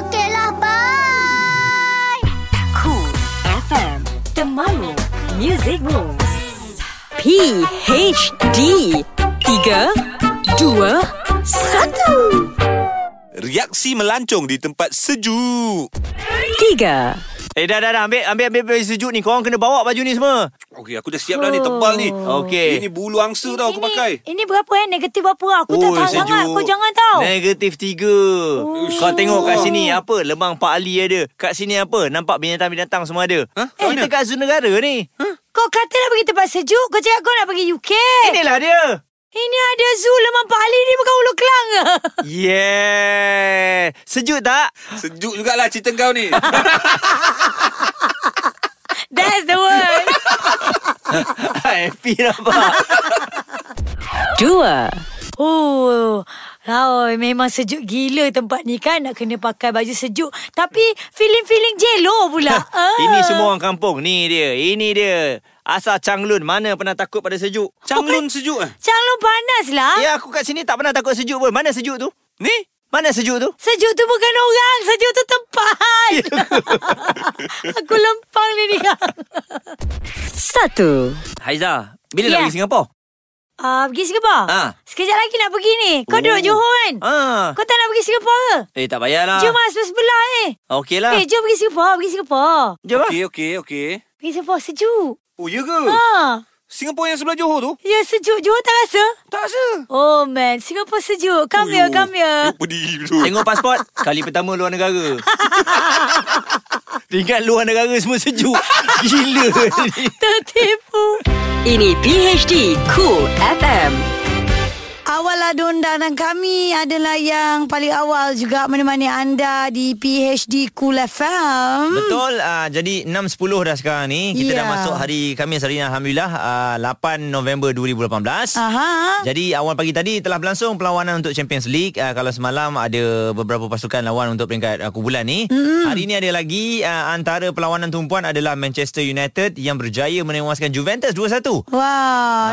[SPEAKER 9] Okey lah, bye.
[SPEAKER 3] Cool FM Temanmu Music Moves PHD 3 2 1
[SPEAKER 10] Reaksi melancong di tempat sejuk.
[SPEAKER 3] 3
[SPEAKER 1] Eh dah dah dah ambil ambil ambil, ambil sejuk ni. Korang kena bawa baju ni semua.
[SPEAKER 10] Okey, aku dah siap dah ni tebal ni.
[SPEAKER 1] Okey.
[SPEAKER 10] Ini bulu angsa tau aku pakai.
[SPEAKER 2] Oh. Ini berapa eh? Negatif berapa? Aku tak
[SPEAKER 10] Oi,
[SPEAKER 2] tahu
[SPEAKER 10] sejuk.
[SPEAKER 2] sangat. Kau jangan tahu.
[SPEAKER 1] Negatif tiga Kau tengok kat sini Apa Lemang Pak Ali ada Kat sini apa Nampak binatang-binatang semua ada
[SPEAKER 10] Hah?
[SPEAKER 1] Eh kita kat zoo negara ni
[SPEAKER 2] Kau kata nak pergi tempat sejuk. Kau cakap kau nak pergi UK. Ini,
[SPEAKER 1] Inilah dia
[SPEAKER 2] ini ada zoo lemah Bali ni bukan Ulu Kelang ke?
[SPEAKER 1] Yeah Sejuk tak?
[SPEAKER 10] Sejuk jugalah cerita kau ni.
[SPEAKER 2] That's the word.
[SPEAKER 1] Happy nampak
[SPEAKER 3] Dua.
[SPEAKER 2] Oh, oh, memang sejuk gila tempat ni kan Nak kena pakai baju sejuk Tapi feeling-feeling jelo pula Ah.
[SPEAKER 1] Ini semua orang kampung Ni dia Ini dia Asal Changlun Mana pernah takut pada sejuk
[SPEAKER 10] Canglun sejuk eh.
[SPEAKER 2] Calon panas lah
[SPEAKER 1] Ya aku kat sini tak pernah takut sejuk pun Mana sejuk tu?
[SPEAKER 10] Ni?
[SPEAKER 1] Mana sejuk tu? Ya.
[SPEAKER 2] Sejuk tu bukan orang Sejuk tu tempat Aku lempang ni ni
[SPEAKER 3] Satu.
[SPEAKER 1] Haiza Bila nak
[SPEAKER 2] Ya.
[SPEAKER 1] pergi Singapura?
[SPEAKER 2] Ah, Pergi Singapura
[SPEAKER 1] Ha.
[SPEAKER 2] Sekejap lagi nak pergi ni Kau duduk
[SPEAKER 10] Oh.
[SPEAKER 2] Johor kan
[SPEAKER 1] Ah.
[SPEAKER 2] Kau tak nak pergi Singapura ke
[SPEAKER 1] Eh tak payahlah
[SPEAKER 2] Jom lah sebelah eh
[SPEAKER 1] Okey lah
[SPEAKER 2] Eh jom pergi Singapura Pergi Singapura
[SPEAKER 1] Jom lah
[SPEAKER 10] Okey, okey, okey.
[SPEAKER 2] Pergi Singapura sejuk
[SPEAKER 10] Oh, ya ke?
[SPEAKER 2] Ha.
[SPEAKER 10] Singapura yang sebelah Johor tu?
[SPEAKER 2] Ya sejuk Johor tak rasa
[SPEAKER 10] Tak rasa. Oh,
[SPEAKER 2] Oh man Singapura sejuk Come here come here
[SPEAKER 10] Dia pedih tu.
[SPEAKER 1] Tengok pasport Kali pertama luar negara Tingkat luar negara semua sejuk Gila ni
[SPEAKER 2] Tertipu
[SPEAKER 3] Ini PHD Cool FM.
[SPEAKER 2] Awal adun dan kami adalah yang paling awal juga menemani anda di PHD Cool FM.
[SPEAKER 1] Betul uh, Jadi 6.10 dah sekarang ni Kita
[SPEAKER 2] Hmm.
[SPEAKER 1] dah
[SPEAKER 2] Ya.
[SPEAKER 1] masuk hari Khamis hari ini Alhamdulillah uh, 8 November 2018
[SPEAKER 2] Aha.
[SPEAKER 1] Jadi awal pagi tadi telah berlangsung perlawanan untuk Champions League. Uh, kalau semalam ada beberapa pasukan lawan untuk peringkat uh, kumpulan ni.
[SPEAKER 2] Hmm.
[SPEAKER 1] Mm. Hari ini ada lagi uh, antara perlawanan tumpuan adalah Manchester United yang berjaya menewaskan Juventus 2-1.
[SPEAKER 2] Wow,
[SPEAKER 1] Ah.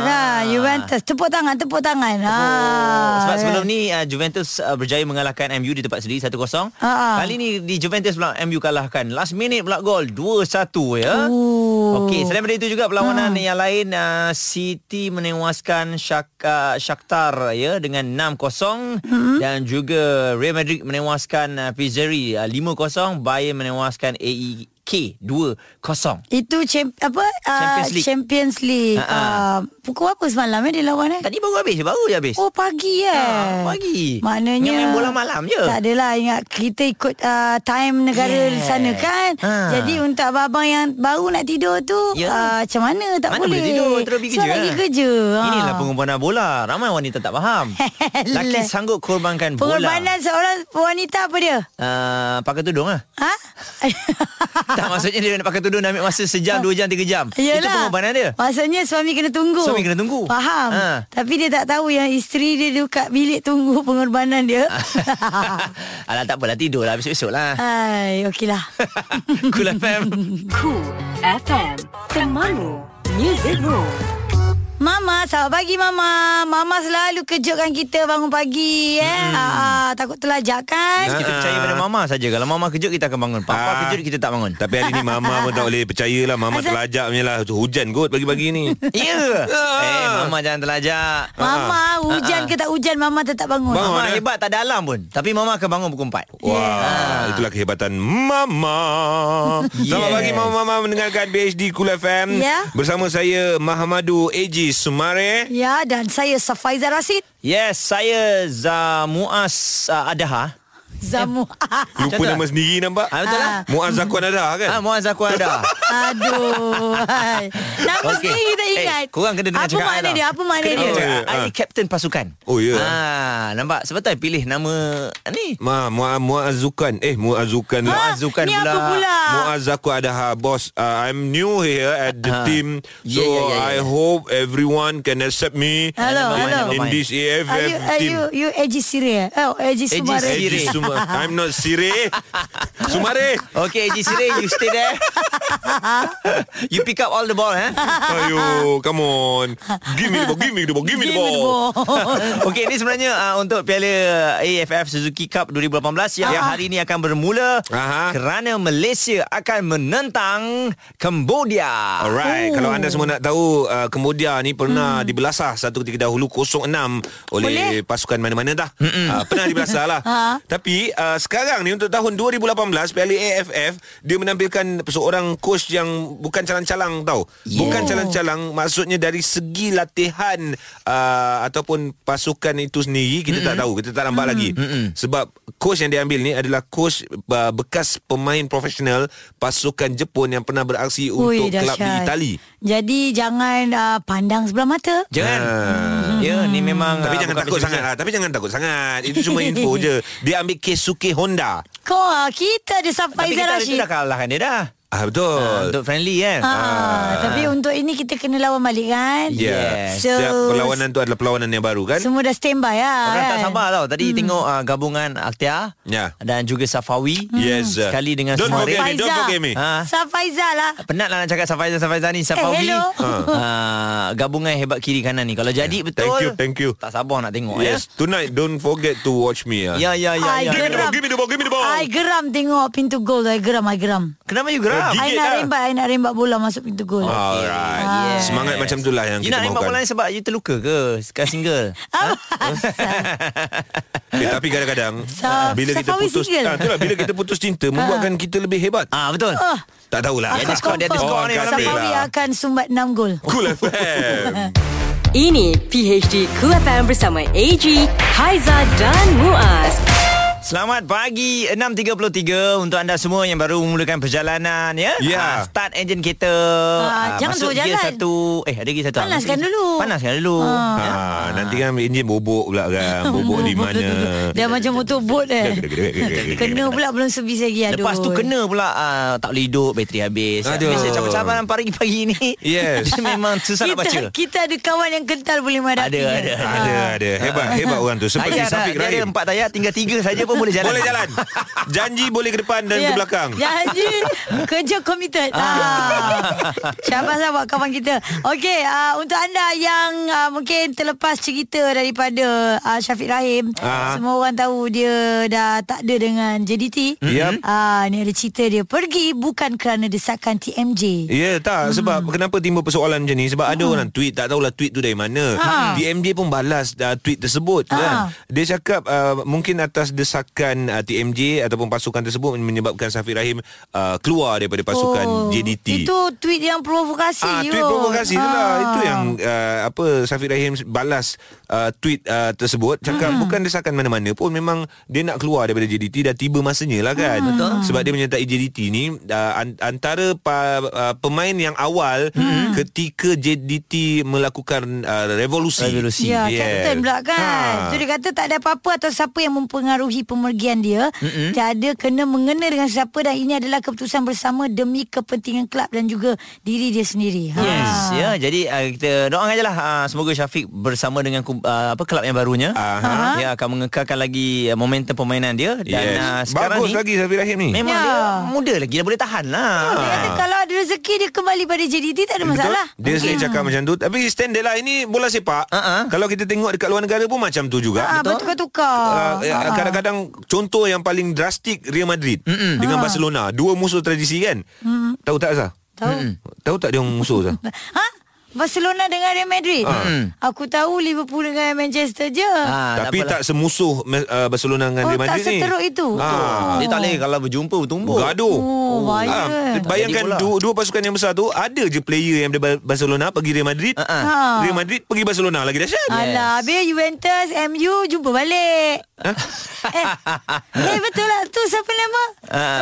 [SPEAKER 2] dah Juventus. Tepuk tangan, tepuk tangan. Ha.
[SPEAKER 1] Oh, sebab
[SPEAKER 2] kan?
[SPEAKER 1] sebelum ni uh, Juventus uh, berjaya mengalahkan MU di tempat sendiri 1-0.
[SPEAKER 2] Ah.
[SPEAKER 1] Kali ni di Juventus pula MU kalahkan. Last minute pula gol 2-1 ya.
[SPEAKER 2] Oh.
[SPEAKER 1] Okey, selain daripada itu juga
[SPEAKER 2] Ah.
[SPEAKER 1] perlawanan yang lain uh, City menewaskan Shak, uh, Shakhtar ya dengan 6-0
[SPEAKER 2] Hmm.
[SPEAKER 1] dan juga Real Madrid menewaskan uh, Pizzeri uh, 5-0, Bayern menewaskan E AEK 2-0.
[SPEAKER 2] Itu champ, apa? Ah,
[SPEAKER 1] Champions League.
[SPEAKER 2] Champions League.
[SPEAKER 1] Ha, ha.
[SPEAKER 2] Ah, pukul apa semalam eh dia lawan eh?
[SPEAKER 1] Tadi baru habis, baru dia habis.
[SPEAKER 2] Oh pagi eh
[SPEAKER 1] Ah, pagi.
[SPEAKER 2] Maknanya
[SPEAKER 1] Ingat main bola malam je.
[SPEAKER 2] Tak adalah Ingat kita ikut uh, Time negara
[SPEAKER 1] Yes.
[SPEAKER 2] yeah. sana kan
[SPEAKER 1] Ah.
[SPEAKER 2] Jadi untuk abang-abang yang Baru nak tidur tu
[SPEAKER 1] Ya.
[SPEAKER 2] uh, Macam mana tak
[SPEAKER 1] Mana
[SPEAKER 2] boleh
[SPEAKER 1] boleh tidur Terus pergi
[SPEAKER 2] Sebab
[SPEAKER 1] kerja kan?
[SPEAKER 2] lagi kerja Ah.
[SPEAKER 1] Inilah pengorbanan bola Ramai wanita tak faham Laki
[SPEAKER 2] Lah.
[SPEAKER 1] sanggup korbankan bola
[SPEAKER 2] Pengorbanan seorang wanita apa dia?
[SPEAKER 1] uh, Pakai tudung lah
[SPEAKER 2] Ha?
[SPEAKER 1] Tak maksudnya dia nak pakai tudung Dah ambil masa sejam, dua jam, tiga jam Itu
[SPEAKER 2] Ah. Yelah.
[SPEAKER 1] pengorbanan dia
[SPEAKER 2] Maksudnya suami kena tunggu
[SPEAKER 1] Suami kena tunggu.
[SPEAKER 2] Faham
[SPEAKER 1] Ha.
[SPEAKER 2] Tapi dia tak tahu yang isteri dia duduk kat bilik tunggu pengorbanan dia
[SPEAKER 1] Alah tak apalah tidur lah Besok-besok lah
[SPEAKER 2] Ah. Hai, okeylah
[SPEAKER 1] Cool FM
[SPEAKER 3] Cool FM. Temanmu. Music Room.
[SPEAKER 2] Mama, selamat pagi Mama. Mama selalu kejutkan kita bangun pagi eh. Hmm. Aa, takut terlajak kan?
[SPEAKER 1] Kita percaya pada mama saja Kalau mama kejut kita akan bangun Papa
[SPEAKER 4] Ah.
[SPEAKER 1] kejut kita tak bangun
[SPEAKER 4] Tapi hari ni Mama pun tak boleh percaya lah Mama
[SPEAKER 2] Azan.
[SPEAKER 4] terlajak punya lah Hujan kot pagi-pagi ni
[SPEAKER 1] Ya
[SPEAKER 4] Ah.
[SPEAKER 1] Eh mama jangan terlajak
[SPEAKER 2] Mama, hujan ke tak hujan Mama tetap bangun.
[SPEAKER 4] Bangun.
[SPEAKER 1] Mama
[SPEAKER 4] eh?
[SPEAKER 1] hebat tak ada alam pun Tapi mama akan bangun pukul 4
[SPEAKER 4] Wah, itulah kehebatan Mama. Selamat
[SPEAKER 1] Ah. Yes.
[SPEAKER 4] pagi Mama-Mama mendengarkan BHD Cool FM.
[SPEAKER 2] Ya.
[SPEAKER 4] Bersama saya Mahamadu Eji Sumare.
[SPEAKER 2] Ya, dan saya Safaiza Rasid.
[SPEAKER 1] Yes Saya Zamuas uh, Adaha
[SPEAKER 2] Zamu.
[SPEAKER 4] Lupa
[SPEAKER 1] Macam tu
[SPEAKER 4] nama
[SPEAKER 1] lah.
[SPEAKER 4] sendiri nampak?
[SPEAKER 1] Ah, betul lah.
[SPEAKER 4] Muaz Zakwan ada kan?
[SPEAKER 1] Ah, Muaz aku ada.
[SPEAKER 2] Aduh. hai. Nama
[SPEAKER 1] Okey.
[SPEAKER 2] okay. sendiri kita ingat.
[SPEAKER 1] Eh, korang kena dengar
[SPEAKER 2] Apa
[SPEAKER 1] cakap I
[SPEAKER 2] makna
[SPEAKER 1] tau.
[SPEAKER 2] dia? Apa makna
[SPEAKER 1] Kena
[SPEAKER 2] dia?
[SPEAKER 1] dengar cakap I.
[SPEAKER 4] Ah.
[SPEAKER 1] I captain pasukan.
[SPEAKER 4] Oh, ya.
[SPEAKER 1] Ah, nampak sebab tu I pilih nama ah, ni.
[SPEAKER 4] Ma, Mua, Muazukan. Eh, Muazukan.
[SPEAKER 2] Ha?
[SPEAKER 1] Muazzukan
[SPEAKER 2] Ni apa
[SPEAKER 1] pula.
[SPEAKER 2] pula?
[SPEAKER 4] Muazzaku Adaha Boss uh, I'm new here at the
[SPEAKER 1] Ah.
[SPEAKER 4] team So
[SPEAKER 1] Yeah, yeah, yeah, yeah.
[SPEAKER 4] I hope everyone can accept me
[SPEAKER 2] Hello,
[SPEAKER 4] in,
[SPEAKER 2] hello.
[SPEAKER 4] in this AFF
[SPEAKER 2] Are you, are
[SPEAKER 4] team
[SPEAKER 2] you, you Eji Siri eh? Oh, Eji
[SPEAKER 1] Eji
[SPEAKER 2] Sumare.
[SPEAKER 1] Siri.
[SPEAKER 4] Eji Suma- I'm not Sire Sumare
[SPEAKER 1] Okay, AJ Sire, you stay there. you pick up all the ball, eh?
[SPEAKER 4] Ayo Ah, Come on Give me the ball Give me the ball Give me the
[SPEAKER 2] Give me the
[SPEAKER 4] ball
[SPEAKER 1] Okey, ini sebenarnya uh, untuk Piala AFF Suzuki Cup 2018 yang
[SPEAKER 2] Ah.
[SPEAKER 1] hari ini akan bermula
[SPEAKER 4] Aha.
[SPEAKER 1] kerana Malaysia akan menentang Cambodia.
[SPEAKER 4] Alright, oh. kalau anda semua nak tahu uh, Kemudia ni pernah hmm. dibelasah satu ketika dahulu 06 oleh Boleh? pasukan mana-mana dah. Uh, pernah dibelasah lah. ha. Tapi uh, sekarang ni untuk tahun 2018 Piala AFF dia menampilkan seorang coach yang bukan calang-calang tau. Yeah. Bukan calang-calang maksudnya dari segi latihan uh, ataupun pasukan itu sendiri kita mm tak tahu, kita tak nampak lagi. mm Sebab coach yang diambil ni adalah coach uh, bekas pemain profesional pasukan Jepun yang pernah beraksi untuk
[SPEAKER 2] Ui,
[SPEAKER 4] kelab di
[SPEAKER 2] dahsyat.
[SPEAKER 4] Itali.
[SPEAKER 2] Jadi jangan uh, pandang sebelah mata.
[SPEAKER 1] Jangan. Ya, ni memang
[SPEAKER 4] Tapi
[SPEAKER 1] ah, bukan
[SPEAKER 4] jangan takut
[SPEAKER 1] macam-macam.
[SPEAKER 4] sangat lah. Tapi jangan takut sangat. Itu cuma info je. Dia ambil Keisuke Honda.
[SPEAKER 2] Kau ah, kita ada
[SPEAKER 1] Tapi
[SPEAKER 2] Safaiza
[SPEAKER 1] kita hari tu
[SPEAKER 2] Rashid.
[SPEAKER 1] dah kalahkan dia dah
[SPEAKER 4] Ah betul.
[SPEAKER 1] Ah,
[SPEAKER 4] betul.
[SPEAKER 1] Untuk friendly kan
[SPEAKER 2] Ah, tapi untuk ini kita kena lawan balik kan?
[SPEAKER 4] Yeah.
[SPEAKER 1] Yes.
[SPEAKER 4] So, Ya. Setiap
[SPEAKER 2] So-
[SPEAKER 4] perlawanan tu adalah perlawanan yang baru kan?
[SPEAKER 2] Semua dah standby lah
[SPEAKER 1] Orang
[SPEAKER 2] kan?
[SPEAKER 1] tak sabar tau Tadi hmm. tengok uh, gabungan Akhtiar
[SPEAKER 4] Ya.
[SPEAKER 1] Dan juga Safawi
[SPEAKER 2] Hmm.
[SPEAKER 4] Yes.
[SPEAKER 1] Sekali dengan
[SPEAKER 4] Don't
[SPEAKER 1] semua
[SPEAKER 4] forget
[SPEAKER 1] orang.
[SPEAKER 4] me, don't
[SPEAKER 2] Faizal.
[SPEAKER 4] forget me.
[SPEAKER 1] Ha?
[SPEAKER 2] Safaiza lah. Eh,
[SPEAKER 1] Penat lah nak cakap Safaizah Safaizah ni Safawi
[SPEAKER 2] hello.
[SPEAKER 4] Ah.
[SPEAKER 1] uh, Gabungan hebat kiri kanan ni Kalau jadi betul
[SPEAKER 4] you, thank you.
[SPEAKER 1] Tak sabar nak tengok
[SPEAKER 4] Yes, tonight don't forget to watch me.
[SPEAKER 1] Oh,
[SPEAKER 4] ah.
[SPEAKER 1] ya Ya
[SPEAKER 2] I
[SPEAKER 1] ya ya,
[SPEAKER 4] Give me the
[SPEAKER 1] ya.
[SPEAKER 4] ball, give me the ball, give me the ball.
[SPEAKER 2] I geram tengok pintu gol tu. I geram, I geram.
[SPEAKER 1] Kenapa you geram?
[SPEAKER 2] I nak
[SPEAKER 4] Gigit lah. Ah,
[SPEAKER 2] rembat, I nak rembat bola masuk pintu gol.
[SPEAKER 4] Alright.
[SPEAKER 1] Yes.
[SPEAKER 4] Semangat macam itulah yang
[SPEAKER 1] You
[SPEAKER 4] kita
[SPEAKER 1] nak tembak bola
[SPEAKER 4] mahukan.
[SPEAKER 1] ni sebab you terluka ke? Sekarang single
[SPEAKER 4] Eh, tapi kadang-kadang
[SPEAKER 2] Sa-
[SPEAKER 4] bila kita
[SPEAKER 2] Safawi
[SPEAKER 4] putus
[SPEAKER 2] single.
[SPEAKER 4] ah, itulah, bila kita putus cinta membuatkan kita lebih hebat.
[SPEAKER 1] Ah betul
[SPEAKER 2] Oh,
[SPEAKER 4] Tak tahulah.
[SPEAKER 1] Dia ada skor, dia ada skor
[SPEAKER 4] Oh,
[SPEAKER 1] ni malam ni.
[SPEAKER 3] ah.
[SPEAKER 2] Safawi akan sumbat 6 gol.
[SPEAKER 4] Cool FM.
[SPEAKER 3] Ini PHD Cool FM bersama AG, Haiza dan Muaz.
[SPEAKER 1] Selamat pagi 6.33 Untuk anda semua yang baru memulakan perjalanan ya.
[SPEAKER 4] Ya.
[SPEAKER 1] Ah, Start enjin kereta
[SPEAKER 2] Ah,
[SPEAKER 1] Ah,
[SPEAKER 2] jangan suruh
[SPEAKER 1] Masuk gear
[SPEAKER 2] jalan.
[SPEAKER 1] satu Eh ada lagi satu ah.
[SPEAKER 2] Panaskan
[SPEAKER 1] Masuk-
[SPEAKER 2] dulu.
[SPEAKER 1] Panaskan dulu
[SPEAKER 2] Ah.
[SPEAKER 1] Ya.
[SPEAKER 4] Ha, nanti kan enjin bobok pula kan. Bobok di mana.
[SPEAKER 2] Dah macam motorbot eh. Kena pula belum sebis lagi. Aduh.
[SPEAKER 1] Lepas tu kena pula ah, Tak boleh hidup Bateri habis
[SPEAKER 4] Aduh.
[SPEAKER 1] Biasa cabar-cabar Pagi-pagi ni
[SPEAKER 4] Yes.
[SPEAKER 1] Dia memang susah
[SPEAKER 2] kita,
[SPEAKER 1] nak baca
[SPEAKER 2] kita ada kawan yang kental boleh
[SPEAKER 1] Ada
[SPEAKER 2] menghadapi.
[SPEAKER 1] ada
[SPEAKER 4] Ada ada hebat hebat orang tu seperti
[SPEAKER 1] Tayar dah
[SPEAKER 4] Safiq
[SPEAKER 1] Dia ada
[SPEAKER 4] Rahim.
[SPEAKER 1] empat tayar Tinggal tiga saja pun boleh jalan
[SPEAKER 4] Boleh jalan. Janji boleh ke depan dan ke belakang.
[SPEAKER 2] Janji Ya. Kerja committed ah. Syabas lah buat kawan kita Okey uh, Untuk anda yang uh, Mungkin terlepas cerita Daripada uh, Syafiq Rahim
[SPEAKER 4] Ah.
[SPEAKER 2] Semua orang tahu Dia dah tak ada dengan JDT
[SPEAKER 4] Yap.
[SPEAKER 2] Ah, Ni ada cerita dia Pergi bukan kerana desakan TMJ
[SPEAKER 4] Ya yeah,
[SPEAKER 2] Hmm.
[SPEAKER 4] tak sebab kenapa timbul persoalan macam ni sebab ada orang tweet tak tahulah tweet tu dari mana.
[SPEAKER 2] Ha.
[SPEAKER 4] TMJ pun balas uh, tweet tersebut
[SPEAKER 2] Ha.
[SPEAKER 4] kan. Dia cakap uh, mungkin atas desakan uh, TMJ ataupun pasukan tersebut menyebabkan Safiq Rahim uh, keluar daripada pasukan JDT.
[SPEAKER 2] Oh, Itu tweet yang provokasi
[SPEAKER 4] Ah, tweet
[SPEAKER 2] Yul.
[SPEAKER 4] provokasi tu lah.
[SPEAKER 2] Ah.
[SPEAKER 4] Itu yang uh, apa Safiq Rahim balas uh, tweet uh, tersebut cakap bukan desakan mana-mana pun memang dia nak keluar daripada JDT dah tiba masanya lah kan. Betul. Sebab dia menyertai JDT ni uh, an- antara pa- uh, pemain yang awal ketika JDT melakukan uh, revolusi.
[SPEAKER 1] Revolusi.
[SPEAKER 2] Ya,
[SPEAKER 4] Yes.
[SPEAKER 2] yeah. captain pula kan. Ha.
[SPEAKER 4] Ha.
[SPEAKER 2] So dia kata tak ada apa-apa atau siapa yang mempengaruhi pemergian dia. Mm-mm. Tak ada kena mengena dengan siapa dan ini adalah keputusan bersama demi kepentingan klub dan juga diri dia sendiri. Ha.
[SPEAKER 1] Yes,
[SPEAKER 4] Ah.
[SPEAKER 1] ya. Jadi uh, kita doakan ajalah uh, semoga Syafiq bersama dengan kum- uh, apa klub yang barunya
[SPEAKER 4] Aha.
[SPEAKER 1] dia akan mengekalkan lagi uh, momentum permainan dia dan
[SPEAKER 4] Yes.
[SPEAKER 1] uh, sekarang
[SPEAKER 4] Bagus
[SPEAKER 1] ni
[SPEAKER 4] lagi Safiq Rahim ni.
[SPEAKER 1] memang
[SPEAKER 2] Ya.
[SPEAKER 1] dia muda lagi dah boleh tahan lah.
[SPEAKER 2] Dia kata kalau ada rezeki dia kembali pada JDT tak ada masalah.
[SPEAKER 4] Eh, Betul? Dia sendiri cakap macam tu Tapi standard lah Ini bola sepak
[SPEAKER 1] Ha-ha.
[SPEAKER 4] Kalau kita tengok Dekat luar negara pun Macam tu juga
[SPEAKER 2] Ha, bertukar-tukar.
[SPEAKER 4] Uh,
[SPEAKER 2] Ha.
[SPEAKER 4] kadang-kadang contoh yang paling drastik Real Madrid Mm-mm. dengan Barcelona dua musuh tradisi kan mm. tahu tak Azah
[SPEAKER 2] Hmm, Tahu.
[SPEAKER 4] tahu tak dia orang musuh Azah
[SPEAKER 2] Ha? Barcelona dengan Real Madrid. Aku tahu Liverpool dengan Manchester je.
[SPEAKER 1] Ah,
[SPEAKER 2] Ha,
[SPEAKER 4] tapi
[SPEAKER 1] apalah.
[SPEAKER 4] tak semusuh me- uh, Barcelona
[SPEAKER 2] lah.
[SPEAKER 4] dengan
[SPEAKER 2] Oh,
[SPEAKER 4] Real
[SPEAKER 2] tak
[SPEAKER 4] Madrid ni
[SPEAKER 2] seteruk itu?
[SPEAKER 4] ha.
[SPEAKER 1] dia tak boleh kalau berjumpa bertumbuk.
[SPEAKER 4] Gaduh
[SPEAKER 2] Oh, bahaya.
[SPEAKER 4] Ah,
[SPEAKER 1] Tak jadi bola.
[SPEAKER 4] bayangkan dua, dua pasukan yang besar tu Ada je player yang dari Barcelona Pergi Real Madrid
[SPEAKER 1] Ha.
[SPEAKER 4] Real Madrid pergi Barcelona Lagi dahsyat
[SPEAKER 2] Alah, habis Juventus, MU jumpa balik.
[SPEAKER 4] Ha?
[SPEAKER 2] eh, eh betul lah tu siapa nama?
[SPEAKER 1] Ah,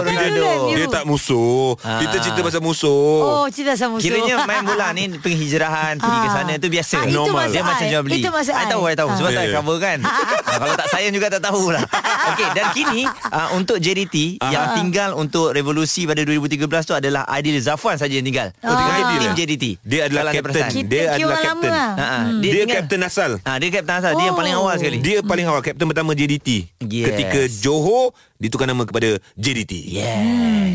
[SPEAKER 2] kan
[SPEAKER 1] Ronaldo.
[SPEAKER 2] dulu MU.
[SPEAKER 4] Dia tak musuh
[SPEAKER 1] Ah.
[SPEAKER 4] Kita cerita pasal musuh
[SPEAKER 2] Oh, cerita sama musuh.
[SPEAKER 1] Kiranya main bola ni penghijrahan pergi ke
[SPEAKER 2] Ah.
[SPEAKER 1] sana tu
[SPEAKER 2] Ah,
[SPEAKER 1] biasa.
[SPEAKER 2] itu
[SPEAKER 4] Normal.
[SPEAKER 1] Dia
[SPEAKER 2] masuk
[SPEAKER 1] macam
[SPEAKER 2] I.
[SPEAKER 1] jual beli.
[SPEAKER 2] Itu masuk
[SPEAKER 1] I
[SPEAKER 2] I.
[SPEAKER 1] tahu, I tahu. Sebab
[SPEAKER 4] Ah.
[SPEAKER 1] tak
[SPEAKER 4] Ya.
[SPEAKER 1] cover kan. Ah, kalau tak sayang juga tak tahulah. Okey, dan kini ah, untuk JDT yang tinggal untuk revolusi pada 2013 tu adalah Aidil Zafwan saja yang tinggal.
[SPEAKER 4] Oh, tinggal
[SPEAKER 1] Untuk
[SPEAKER 4] Aidil
[SPEAKER 1] Tim
[SPEAKER 4] eh?
[SPEAKER 1] JDT.
[SPEAKER 4] Dia adalah
[SPEAKER 1] Kalau anda
[SPEAKER 4] captain
[SPEAKER 1] perasan.
[SPEAKER 4] Dia
[SPEAKER 2] Kita queue
[SPEAKER 4] adalah
[SPEAKER 2] orang lama
[SPEAKER 4] captain
[SPEAKER 2] lah.
[SPEAKER 1] Ah, ah,
[SPEAKER 4] Dia,
[SPEAKER 1] tinggal-
[SPEAKER 4] captain asal
[SPEAKER 1] Ah, dia captain asal. Dia yang paling
[SPEAKER 2] Oh.
[SPEAKER 1] awal sekali.
[SPEAKER 4] Dia paling awal Kapten pertama JDT
[SPEAKER 1] Yes.
[SPEAKER 4] Ketika Johor Ditukar nama kepada JDT
[SPEAKER 1] Yes.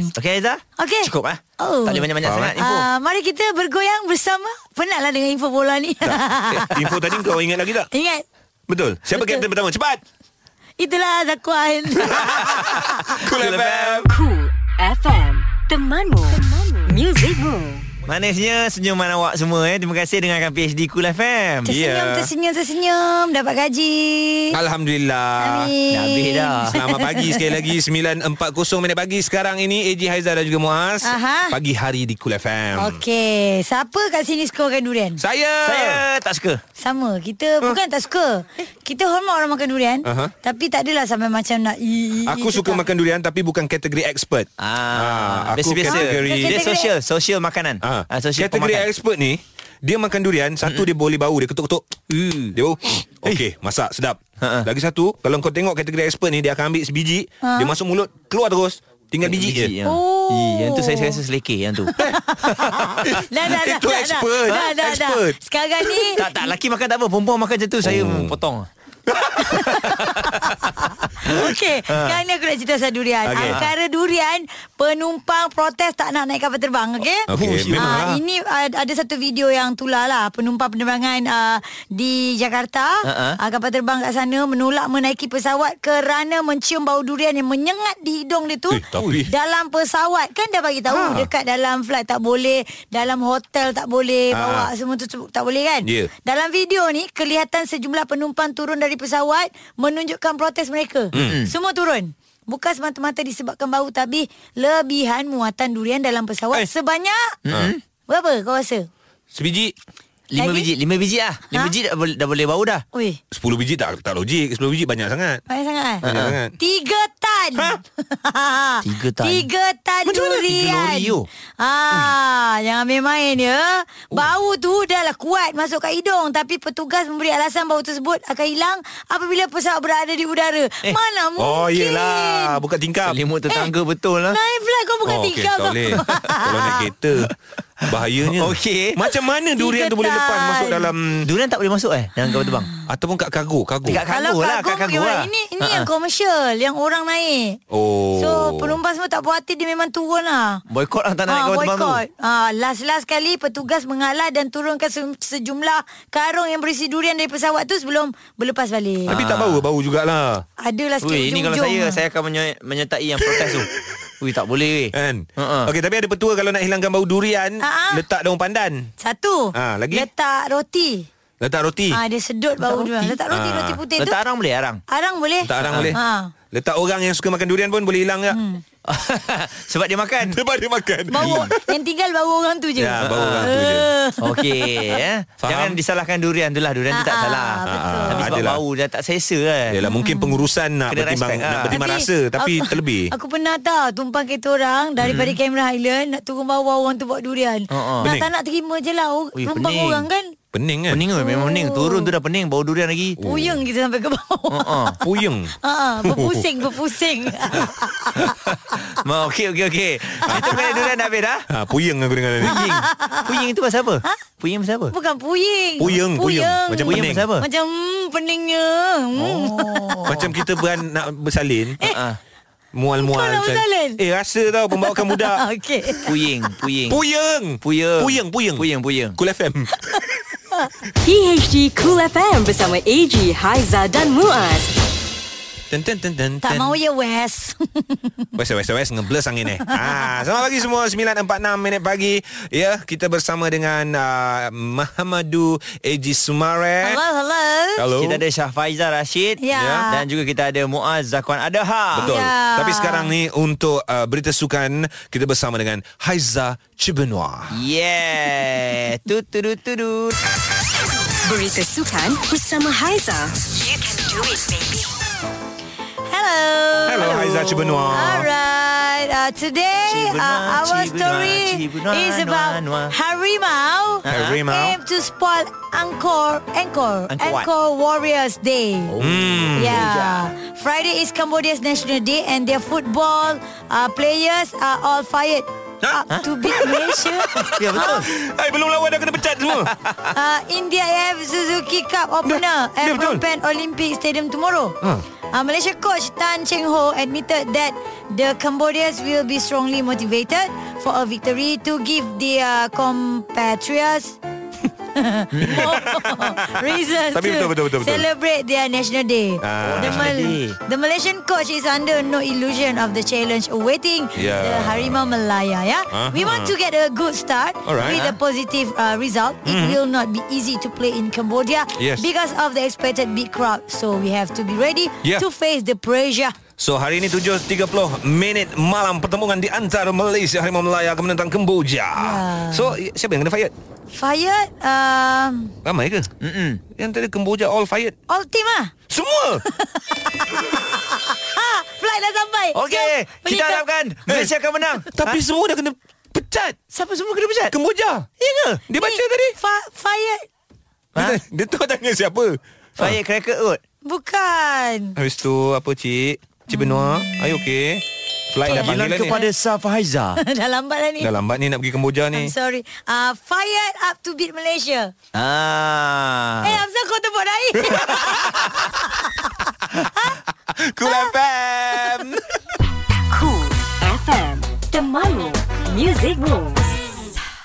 [SPEAKER 4] Hmm.
[SPEAKER 1] Okey Aizah?
[SPEAKER 2] Okey.
[SPEAKER 1] Cukup ah.
[SPEAKER 2] Oh.
[SPEAKER 1] Tak boleh banyak-banyak
[SPEAKER 4] Faham,
[SPEAKER 1] sangat info.
[SPEAKER 2] Ah, mari kita bergoyang bersama. Penatlah dengan info bola ni.
[SPEAKER 4] Eh, Info tadi kau ingat lagi tak?
[SPEAKER 2] Ingat,
[SPEAKER 4] Betul
[SPEAKER 2] Betul.
[SPEAKER 4] Siapa Betul. captain pertama? Cepat
[SPEAKER 2] itulah Zakwan.
[SPEAKER 4] Cool
[SPEAKER 1] lah.
[SPEAKER 4] FM
[SPEAKER 3] Cool FM, temanmu, temanmu. muzikmu.
[SPEAKER 1] Manisnya senyuman awak semua eh. Terima kasih dengarkan PhD Cool FM.
[SPEAKER 2] Tersenyum,
[SPEAKER 4] Yeah.
[SPEAKER 2] tersenyum, tersenyum. Dapat gaji.
[SPEAKER 4] Alhamdulillah
[SPEAKER 2] Amin.
[SPEAKER 1] Dah habis dah.
[SPEAKER 4] Selamat pagi sekali lagi 9.40 minit pagi Sekarang ini AJ Haizah dan juga Muaz
[SPEAKER 2] Aha.
[SPEAKER 4] Pagi hari di Cool FM
[SPEAKER 2] Okey, siapa kat sini skorkan durian?
[SPEAKER 4] Saya
[SPEAKER 1] Saya Eh, tak suka.
[SPEAKER 2] Sama Kita huh? bukan tak suka
[SPEAKER 1] Eh.
[SPEAKER 2] Kita hormat orang makan durian
[SPEAKER 4] Aha.
[SPEAKER 2] Tapi tak adalah sampai macam nak i- i- i-
[SPEAKER 4] Aku
[SPEAKER 2] tu tak.
[SPEAKER 4] suka makan durian Tapi bukan kategori expert
[SPEAKER 1] Ah,
[SPEAKER 4] Aku
[SPEAKER 1] biasa-biasa.
[SPEAKER 4] kategori
[SPEAKER 1] Dia
[SPEAKER 2] Kategori-
[SPEAKER 1] social, social makanan.
[SPEAKER 4] Ah,
[SPEAKER 1] Ah, social
[SPEAKER 4] kategori
[SPEAKER 1] pemakan.
[SPEAKER 4] expert ni dia makan durian satu dia boleh bau dia ketuk-ketuk. Uh, Dia bau.
[SPEAKER 1] Eh.
[SPEAKER 4] Okey, masak
[SPEAKER 2] Ha?
[SPEAKER 4] sedap. Lagi satu, kalau kau tengok kategori expert ni dia akan ambil sebiji, dia masuk mulut, keluar terus. Tinggal biji je.
[SPEAKER 1] ya.
[SPEAKER 2] Oh.
[SPEAKER 1] Ih, Yang tu saya, saya rasa selekeh yang tu.
[SPEAKER 2] Dah, dah, dah,
[SPEAKER 4] Itu
[SPEAKER 2] dah,
[SPEAKER 4] expert.
[SPEAKER 2] Dah, dah, dah.
[SPEAKER 4] Expert.
[SPEAKER 2] Sekarang ni
[SPEAKER 1] tak tak laki makan tak apa, perempuan makan macam tu saya
[SPEAKER 4] Oh.
[SPEAKER 1] potong.
[SPEAKER 2] Okey,
[SPEAKER 4] Ha.
[SPEAKER 2] sekarang ni aku nak cerita pasal durian.
[SPEAKER 1] Okey.
[SPEAKER 2] Okay. Antara durian, penumpang protes tak nak naik kapal terbang, okey?
[SPEAKER 4] Okey,
[SPEAKER 2] Ah,
[SPEAKER 4] memang lah.
[SPEAKER 2] ini uh, ada satu video yang tular lah penumpang penerbangan uh, di Jakarta,
[SPEAKER 1] Ha-ha.
[SPEAKER 2] uh-huh. uh, kapal terbang kat sana menolak menaiki pesawat kerana mencium bau durian yang menyengat di hidung dia tu.
[SPEAKER 4] Eh, tapi-
[SPEAKER 2] Dalam pesawat kan dah bagi tahu
[SPEAKER 4] Ha.
[SPEAKER 2] dekat dalam flight tak boleh, dalam hotel tak boleh
[SPEAKER 4] Ha.
[SPEAKER 2] bawa semua tu tu- tak boleh kan?
[SPEAKER 4] Ya.
[SPEAKER 2] Dalam video ni kelihatan sejumlah penumpang turun dari pesawat menunjukkan protes mereka.
[SPEAKER 1] Hmm.
[SPEAKER 2] Mm-hmm. Semua turun. Bukan semata-mata disebabkan bau tapi lebihan muatan durian dalam pesawat eh. sebanyak
[SPEAKER 4] Hmm?
[SPEAKER 1] Ha.
[SPEAKER 2] mm-hmm. berapa kau rasa?
[SPEAKER 4] Sebiji
[SPEAKER 1] Lima
[SPEAKER 2] Lagi?
[SPEAKER 1] biji, lima biji lah. Lima
[SPEAKER 2] Ha?
[SPEAKER 1] biji dah, boleh- dah boleh bau dah.
[SPEAKER 2] Weh,
[SPEAKER 4] 10 biji tak tak logik 10 biji banyak sangat
[SPEAKER 2] banyak sangat kan?
[SPEAKER 4] Banyak sangat.
[SPEAKER 2] Tiga tan.
[SPEAKER 1] Tiga tan.
[SPEAKER 2] Tiga tan
[SPEAKER 1] Macam mana?
[SPEAKER 2] durian.
[SPEAKER 1] Tiga lori, yo. Hmm. Oh.
[SPEAKER 2] Ah, jangan main-main ya. Bau tu dah lah kuat masuk kat hidung tapi petugas memberi alasan bau tersebut akan hilang apabila pesawat berada di udara. Eh. Mana mungkin?
[SPEAKER 4] Oh yelah Bukan tingkap
[SPEAKER 1] Selimut
[SPEAKER 2] Eh,
[SPEAKER 1] tetangga betul lah.
[SPEAKER 2] Naik flight kau bukan
[SPEAKER 4] Oh,
[SPEAKER 2] oh,
[SPEAKER 4] okey,
[SPEAKER 2] tingkap
[SPEAKER 4] tak boleh. Kalau naik kereta Bahayanya
[SPEAKER 1] Okey.
[SPEAKER 4] Macam mana durian tu boleh lepas
[SPEAKER 2] tan.
[SPEAKER 4] Masuk dalam
[SPEAKER 1] Durian tak boleh masuk eh dalam kapal terbang.
[SPEAKER 4] Ataupun kat kargo Kargo
[SPEAKER 1] Dekat
[SPEAKER 2] Kalau
[SPEAKER 1] kargo lah, kat
[SPEAKER 2] kagum
[SPEAKER 1] kargo lah.
[SPEAKER 2] Ini,
[SPEAKER 4] Ah.
[SPEAKER 2] ini
[SPEAKER 1] Ha-ha.
[SPEAKER 2] yang komersial Yang orang naik
[SPEAKER 4] Oh
[SPEAKER 2] So penumpang semua tak puas hati Dia memang turun lah
[SPEAKER 1] Boykot lah tak nak naik kapal terbang tu.
[SPEAKER 2] boikot. Ah, last-last kali petugas mengalah dan turunkan se- sejumlah karung yang berisi durian dari pesawat tu sebelum berlepas balik. Ah,
[SPEAKER 4] Tapi
[SPEAKER 1] Ah.
[SPEAKER 4] tak bau Bau jugalah
[SPEAKER 2] Adalah sikit
[SPEAKER 1] Weh, Eh, ini kalau
[SPEAKER 2] ujung-ujung.
[SPEAKER 1] saya saya akan menye- menyertai yang protes tu. Weh, tak boleh weh. Uh-uh.
[SPEAKER 4] Kan
[SPEAKER 1] Ha-ha.
[SPEAKER 4] Okey tapi ada petua Kalau nak hilangkan bau durian
[SPEAKER 2] Ha-ha.
[SPEAKER 4] Letak daun pandan
[SPEAKER 2] Ah, Satu.
[SPEAKER 4] Ah, lagi?
[SPEAKER 2] Letak roti.
[SPEAKER 4] Letak roti
[SPEAKER 2] Ah, dia sedut bau durian. Letak roti,
[SPEAKER 4] Ah.
[SPEAKER 2] roti putih
[SPEAKER 1] Letak
[SPEAKER 2] tu.
[SPEAKER 1] arang boleh arang.
[SPEAKER 2] Arang boleh?
[SPEAKER 4] Letak arang boleh
[SPEAKER 2] Ha.
[SPEAKER 4] Letak orang yang suka makan durian pun Boleh hilang tak
[SPEAKER 1] Sebab dia makan.
[SPEAKER 4] Lepas dia makan
[SPEAKER 2] Hmm. Bau, yang tinggal bau orang tu je. Ah.
[SPEAKER 4] Ya bau orang tu je
[SPEAKER 1] Okey eh.
[SPEAKER 4] Faham?
[SPEAKER 1] Jangan disalahkan durian tu lah Durian tu tak
[SPEAKER 2] Ah,
[SPEAKER 1] salah
[SPEAKER 2] betul. Hmm.
[SPEAKER 1] Tapi sebab
[SPEAKER 4] Adalah.
[SPEAKER 1] bau Dah tak selesa kan
[SPEAKER 4] Yalah mungkin pengurusan nak
[SPEAKER 1] Kena
[SPEAKER 4] bertimbang
[SPEAKER 1] respect,
[SPEAKER 4] nak
[SPEAKER 1] ah.
[SPEAKER 4] bertimbang rasa tapi
[SPEAKER 2] aku,
[SPEAKER 4] terlebih. Mhm.
[SPEAKER 2] Aku pernah tau tumpang kereta orang daripada hmm. Cameron Highland nak turun bawah orang tu bawa durian.
[SPEAKER 1] ah.
[SPEAKER 2] Nak
[SPEAKER 4] Pening.
[SPEAKER 2] tak nak terima je lah or-
[SPEAKER 1] Ui,
[SPEAKER 2] penumpang
[SPEAKER 1] pening.
[SPEAKER 2] orang kan.
[SPEAKER 4] Pening kan? Oh.
[SPEAKER 1] Pening kan memang pening Turun tu dah pening Bau durian lagi
[SPEAKER 2] Oh. Puyeng kita sampai ke bawah.
[SPEAKER 1] uh-uh.
[SPEAKER 4] Puyeng.
[SPEAKER 2] Ha, berpusing, berpusing.
[SPEAKER 1] Ma, Okey okey okey Kita main durian dah habis dah
[SPEAKER 4] Ha, puyeng aku dengar ni.
[SPEAKER 1] Puying Puying itu pasal apa? Puying pasal apa?
[SPEAKER 2] Bukan puyeng.
[SPEAKER 4] Puyeng, puyeng. Macam
[SPEAKER 2] Macam
[SPEAKER 1] Puyeng
[SPEAKER 4] pening.
[SPEAKER 1] pasal apa?
[SPEAKER 2] Macam mm, peningnya. Oh.
[SPEAKER 4] Macam kita beran nak bersalin. Ha.
[SPEAKER 1] Ah,
[SPEAKER 4] Mual-mual.
[SPEAKER 2] kau nak
[SPEAKER 4] macam-
[SPEAKER 2] lah bersalin?
[SPEAKER 4] Eh, rasa tau pembawakan budak.
[SPEAKER 2] Okey.
[SPEAKER 1] Puying Puying
[SPEAKER 4] Puyeng.
[SPEAKER 1] Puyeng
[SPEAKER 4] Puyeng, puyeng.
[SPEAKER 1] Puyeng puyeng
[SPEAKER 4] Cool FM.
[SPEAKER 3] PHD Cool FM bersama AG, Haiza dan Muaz.
[SPEAKER 4] Ten ten ten ten.
[SPEAKER 2] Tak
[SPEAKER 4] ten.
[SPEAKER 2] mau ya Wes.
[SPEAKER 4] Wes wes wes ngebles angin eh. Ah, selamat pagi semua 9.46 minit pagi. Ya, kita bersama dengan uh, Mahamadu Eji Sumare.
[SPEAKER 2] hello, hello.
[SPEAKER 4] Hello.
[SPEAKER 1] Kita ada Syah Faizah Rashid
[SPEAKER 2] Ya.
[SPEAKER 1] Dan juga kita ada Muaz Zakwan Adaha
[SPEAKER 4] Betul.
[SPEAKER 2] Ya.
[SPEAKER 4] Tapi sekarang ni untuk uh, berita sukan kita bersama dengan Haiza Chibenwa.
[SPEAKER 1] Yeah Tu tu tu tu tu
[SPEAKER 3] Berita sukan bersama Haiza. You can do it, baby.
[SPEAKER 2] Hello. Ah,
[SPEAKER 4] Hello, Haiza Chibenwa.
[SPEAKER 2] Alright, uh, today
[SPEAKER 1] Cibunua,
[SPEAKER 2] uh, our
[SPEAKER 1] Cibunua,
[SPEAKER 2] story
[SPEAKER 1] Cibunua,
[SPEAKER 2] is
[SPEAKER 1] Nua,
[SPEAKER 2] about
[SPEAKER 1] Nua.
[SPEAKER 2] Harimau
[SPEAKER 4] Uh-huh. Harimau.
[SPEAKER 2] aim to spoil Angkor Angkor
[SPEAKER 1] Angkor what?
[SPEAKER 2] Angkor Warriors Day.
[SPEAKER 4] Oh. Hmm.
[SPEAKER 2] Yeah. Friday is Cambodia's National Day and their football uh, players are all fired up to beat Malaysia. Ah.
[SPEAKER 1] Ya betul
[SPEAKER 4] Ha? Hai, belum lawan dah kena pecat semua.
[SPEAKER 2] uh, India AF Suzuki Cup opener
[SPEAKER 4] Ah. dah
[SPEAKER 2] at
[SPEAKER 4] betul.
[SPEAKER 2] Phnom Penh Olympic Stadium tomorrow.
[SPEAKER 4] Ha.
[SPEAKER 2] Uh, Malaysia coach Tan Cheng Ho admitted that the Cambodians will be strongly motivated for a victory to give their compatriots more reasons
[SPEAKER 4] Tapi
[SPEAKER 2] to
[SPEAKER 4] betul, betul, betul, betul.
[SPEAKER 2] celebrate their national day.
[SPEAKER 4] Ah.
[SPEAKER 2] the, Mal-
[SPEAKER 1] National Day.
[SPEAKER 2] the Malaysian coach is under no illusion of the challenge awaiting
[SPEAKER 4] Yeah. Uh-huh.
[SPEAKER 2] the Harimau Malaya. Yeah, we want to get a good start
[SPEAKER 4] Alright. Mm-hmm.
[SPEAKER 2] with a positive uh, result, it will not be easy to play in Cambodia
[SPEAKER 4] Yes.
[SPEAKER 2] because of the expected big crowd. So we have to be ready
[SPEAKER 4] Yeah.
[SPEAKER 2] to face the pressure.
[SPEAKER 4] So hari ini 7.30 minit malam pertemuan di antara Malaysia Harimau Melaya akan menentang Kemboja.
[SPEAKER 2] Ya. Uh,
[SPEAKER 4] So i- siapa yang kena fired?
[SPEAKER 2] Fired, um,
[SPEAKER 4] Ramai ke?
[SPEAKER 1] Mm-mm.
[SPEAKER 4] Yang tadi Kemboja all fired.
[SPEAKER 2] all team ah.
[SPEAKER 4] Semua.
[SPEAKER 2] Ah, flight dah sampai.
[SPEAKER 1] Okey,
[SPEAKER 2] Jom, pergi
[SPEAKER 1] kita
[SPEAKER 2] ke-
[SPEAKER 1] harapkan Malaysia akan menang.
[SPEAKER 4] Eh.
[SPEAKER 1] Ha?
[SPEAKER 4] Tapi semua dah kena pecat.
[SPEAKER 1] siapa semua kena pecat?
[SPEAKER 4] Kemboja. Ya ke? Dia
[SPEAKER 2] Ni,
[SPEAKER 4] baca tadi.
[SPEAKER 2] Fa- fired.
[SPEAKER 1] Ha?
[SPEAKER 4] Dia, dia tahu tanya siapa.
[SPEAKER 1] Fire cracker out.
[SPEAKER 2] Bukan.
[SPEAKER 4] Habis tu apa cik? Cik Benua, are you okay? Flight dah
[SPEAKER 1] Gilang
[SPEAKER 4] panggil dah ni.
[SPEAKER 1] Hmm. kepada Saf Haiza.
[SPEAKER 2] Dah lambat dah ni
[SPEAKER 4] Ah. Dah lambat ni nak pergi Kemboja ni.
[SPEAKER 2] I'm sorry uh, Fired up to beat Malaysia
[SPEAKER 1] ah.
[SPEAKER 2] Eh hey, Hamzah kau tepuk dahi
[SPEAKER 4] Cool
[SPEAKER 2] Ah.
[SPEAKER 4] FM.
[SPEAKER 3] Cool FM Temanmu Music Moves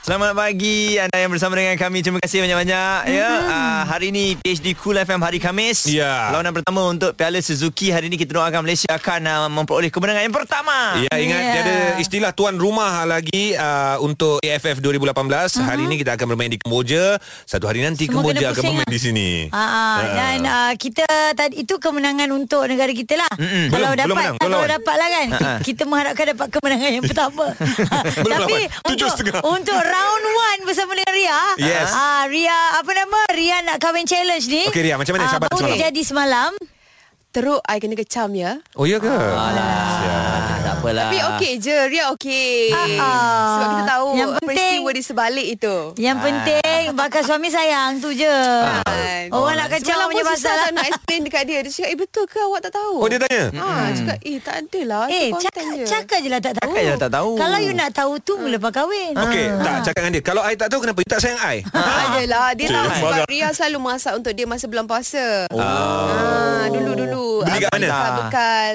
[SPEAKER 1] Selamat pagi anda yang bersama dengan kami. Terima kasih banyak-banyak mm-hmm. ya. Uh, hari ini PhD Cool FM hari Khamis.
[SPEAKER 4] Ya.
[SPEAKER 1] Lawanan pertama untuk Piala Suzuki hari ini kita doakan Malaysia akan uh, memperoleh kemenangan yang pertama.
[SPEAKER 4] Ya ingat
[SPEAKER 2] Yeah.
[SPEAKER 4] yeah. ada istilah tuan rumah lagi uh, untuk AFF 2018. Uh-huh. Hari
[SPEAKER 2] Mm-hmm.
[SPEAKER 4] ini kita akan bermain di Kemboja. Satu hari nanti
[SPEAKER 2] Semua
[SPEAKER 4] Kemboja
[SPEAKER 2] kena
[SPEAKER 4] akan
[SPEAKER 2] pusing,
[SPEAKER 4] bermain
[SPEAKER 2] ah.
[SPEAKER 4] di sini.
[SPEAKER 2] Ah, ah, dan ah, kita tadi itu kemenangan untuk negara kita lah.
[SPEAKER 4] Mm-mm.
[SPEAKER 2] Kalau
[SPEAKER 4] Belum-
[SPEAKER 2] dapat
[SPEAKER 4] belum menang, belum
[SPEAKER 2] kalau
[SPEAKER 4] lawan.
[SPEAKER 2] dapat lah kan.
[SPEAKER 1] Ah, ah.
[SPEAKER 2] Kita mengharapkan dapat kemenangan yang pertama.
[SPEAKER 4] Belum
[SPEAKER 2] Tapi
[SPEAKER 4] lawan. Tujuh
[SPEAKER 2] untuk
[SPEAKER 4] setengah.
[SPEAKER 2] untuk round one bersama dengan Ria.
[SPEAKER 4] Yes.
[SPEAKER 2] Ah, Ria apa nama? Ria nak kahwin challenge ni.
[SPEAKER 4] Okey, Ria, macam mana
[SPEAKER 2] Ah,
[SPEAKER 4] cabaran
[SPEAKER 2] baru
[SPEAKER 4] semalam?
[SPEAKER 2] jadi semalam.
[SPEAKER 11] Teruk I kena kecam ya
[SPEAKER 4] Oh ya ke?
[SPEAKER 1] Ah, tak apalah.
[SPEAKER 11] Tapi okey je Ria okey
[SPEAKER 2] ah.
[SPEAKER 11] Sebab kita tahu
[SPEAKER 2] Yang penting-
[SPEAKER 11] Peristiwa di sebalik itu
[SPEAKER 2] Yang
[SPEAKER 4] Ah.
[SPEAKER 1] Ah.
[SPEAKER 2] penting bakal suami sayang tu je. Orang nak kacau
[SPEAKER 11] Semalam
[SPEAKER 2] punya
[SPEAKER 11] pun
[SPEAKER 2] pasal
[SPEAKER 11] susah
[SPEAKER 2] lah.
[SPEAKER 11] tak nak explain dekat dia Dia cakap eh betul ke awak tak tahu
[SPEAKER 4] Oh dia tanya.
[SPEAKER 1] Hmm.
[SPEAKER 11] Ha, cakap eh tak adalah tu
[SPEAKER 2] Eh,
[SPEAKER 11] konten
[SPEAKER 2] cakap,
[SPEAKER 11] je.
[SPEAKER 2] cakap je lah tak tahu.
[SPEAKER 1] Cakap je lah tak tahu.
[SPEAKER 2] Kalau you nak tahu tu mula pak kahwin. Ah.
[SPEAKER 4] Okey, tak cakap dengan dia. Kalau I tak tahu kenapa you tak sayang I?
[SPEAKER 11] Adalah Dia
[SPEAKER 4] Cik,
[SPEAKER 11] tahu sebab
[SPEAKER 4] marah.
[SPEAKER 11] Ria selalu masak untuk dia masa bulan puasa oh. ha, Dulu-dulu
[SPEAKER 4] Beli kat
[SPEAKER 11] Abang
[SPEAKER 4] mana?
[SPEAKER 11] Bekal, bekal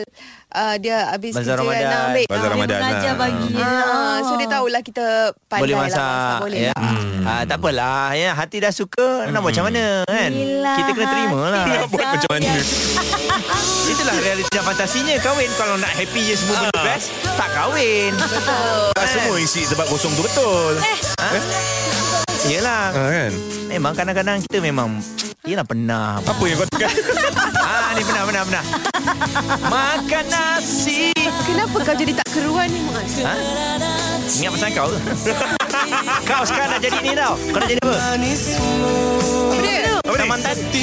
[SPEAKER 11] uh, Dia habis
[SPEAKER 1] Ah. Bazar
[SPEAKER 11] kerja
[SPEAKER 1] Ramadan.
[SPEAKER 11] nak ambil
[SPEAKER 4] Bazar
[SPEAKER 11] Ah,
[SPEAKER 2] Dia
[SPEAKER 4] Ramadan
[SPEAKER 2] mengajar
[SPEAKER 4] lah.
[SPEAKER 2] bagi.
[SPEAKER 11] Ah,
[SPEAKER 2] Ah.
[SPEAKER 11] So dia tahulah kita pandai
[SPEAKER 1] boleh
[SPEAKER 11] lah
[SPEAKER 1] masak,
[SPEAKER 11] masak boleh
[SPEAKER 1] ya.
[SPEAKER 11] lah.
[SPEAKER 1] Hmm. Ah, tak apalah ya hati dah suka nak buat macam mana kan
[SPEAKER 2] Yelah,
[SPEAKER 1] kita kena terima lah
[SPEAKER 2] hati
[SPEAKER 4] Nak buat macam mana?
[SPEAKER 1] itulah realiti dan fantasinya kahwin kalau nak happy je semua benda best tak kahwin
[SPEAKER 4] Ah.
[SPEAKER 1] Eh,
[SPEAKER 4] Tak semua isi tempat kosong tu betul. Ah.
[SPEAKER 1] yelah
[SPEAKER 4] Ha kan?
[SPEAKER 1] Memang kadang-kadang kita memang Yelah pernah
[SPEAKER 4] Apa yang kau tekan?
[SPEAKER 1] Ah ni pernah pernah pernah Makan nasi
[SPEAKER 11] Kenapa kau jadi tak keruan ni Mas?
[SPEAKER 1] ha? Ingat pasal kau ke? Kau sekarang dah jadi ni tau Kau dah jadi apa?
[SPEAKER 11] Apa dia?
[SPEAKER 1] Apa Taman tanti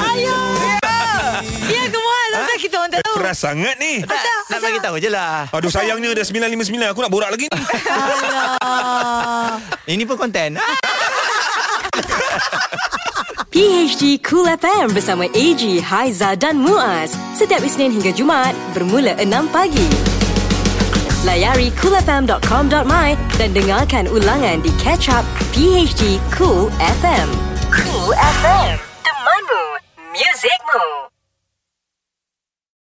[SPEAKER 2] Ayo. Ya, kemuat. Sebab
[SPEAKER 4] Ah,
[SPEAKER 2] kita orang tak tahu.
[SPEAKER 4] Keras sangat ni.
[SPEAKER 1] Tak, nak bagi tahu je lah
[SPEAKER 4] Aduh sayangnya dah 959 aku nak borak lagi ni.
[SPEAKER 1] Ini pun konten ah.
[SPEAKER 3] PHD Cool FM bersama AG, Haiza dan Muaz Setiap Isnin hingga Jumaat bermula 6 pagi Layari coolfm.com.my dan dengarkan ulangan di Catch Up PHD Cool FM Cool FM, temanmu, muzikmu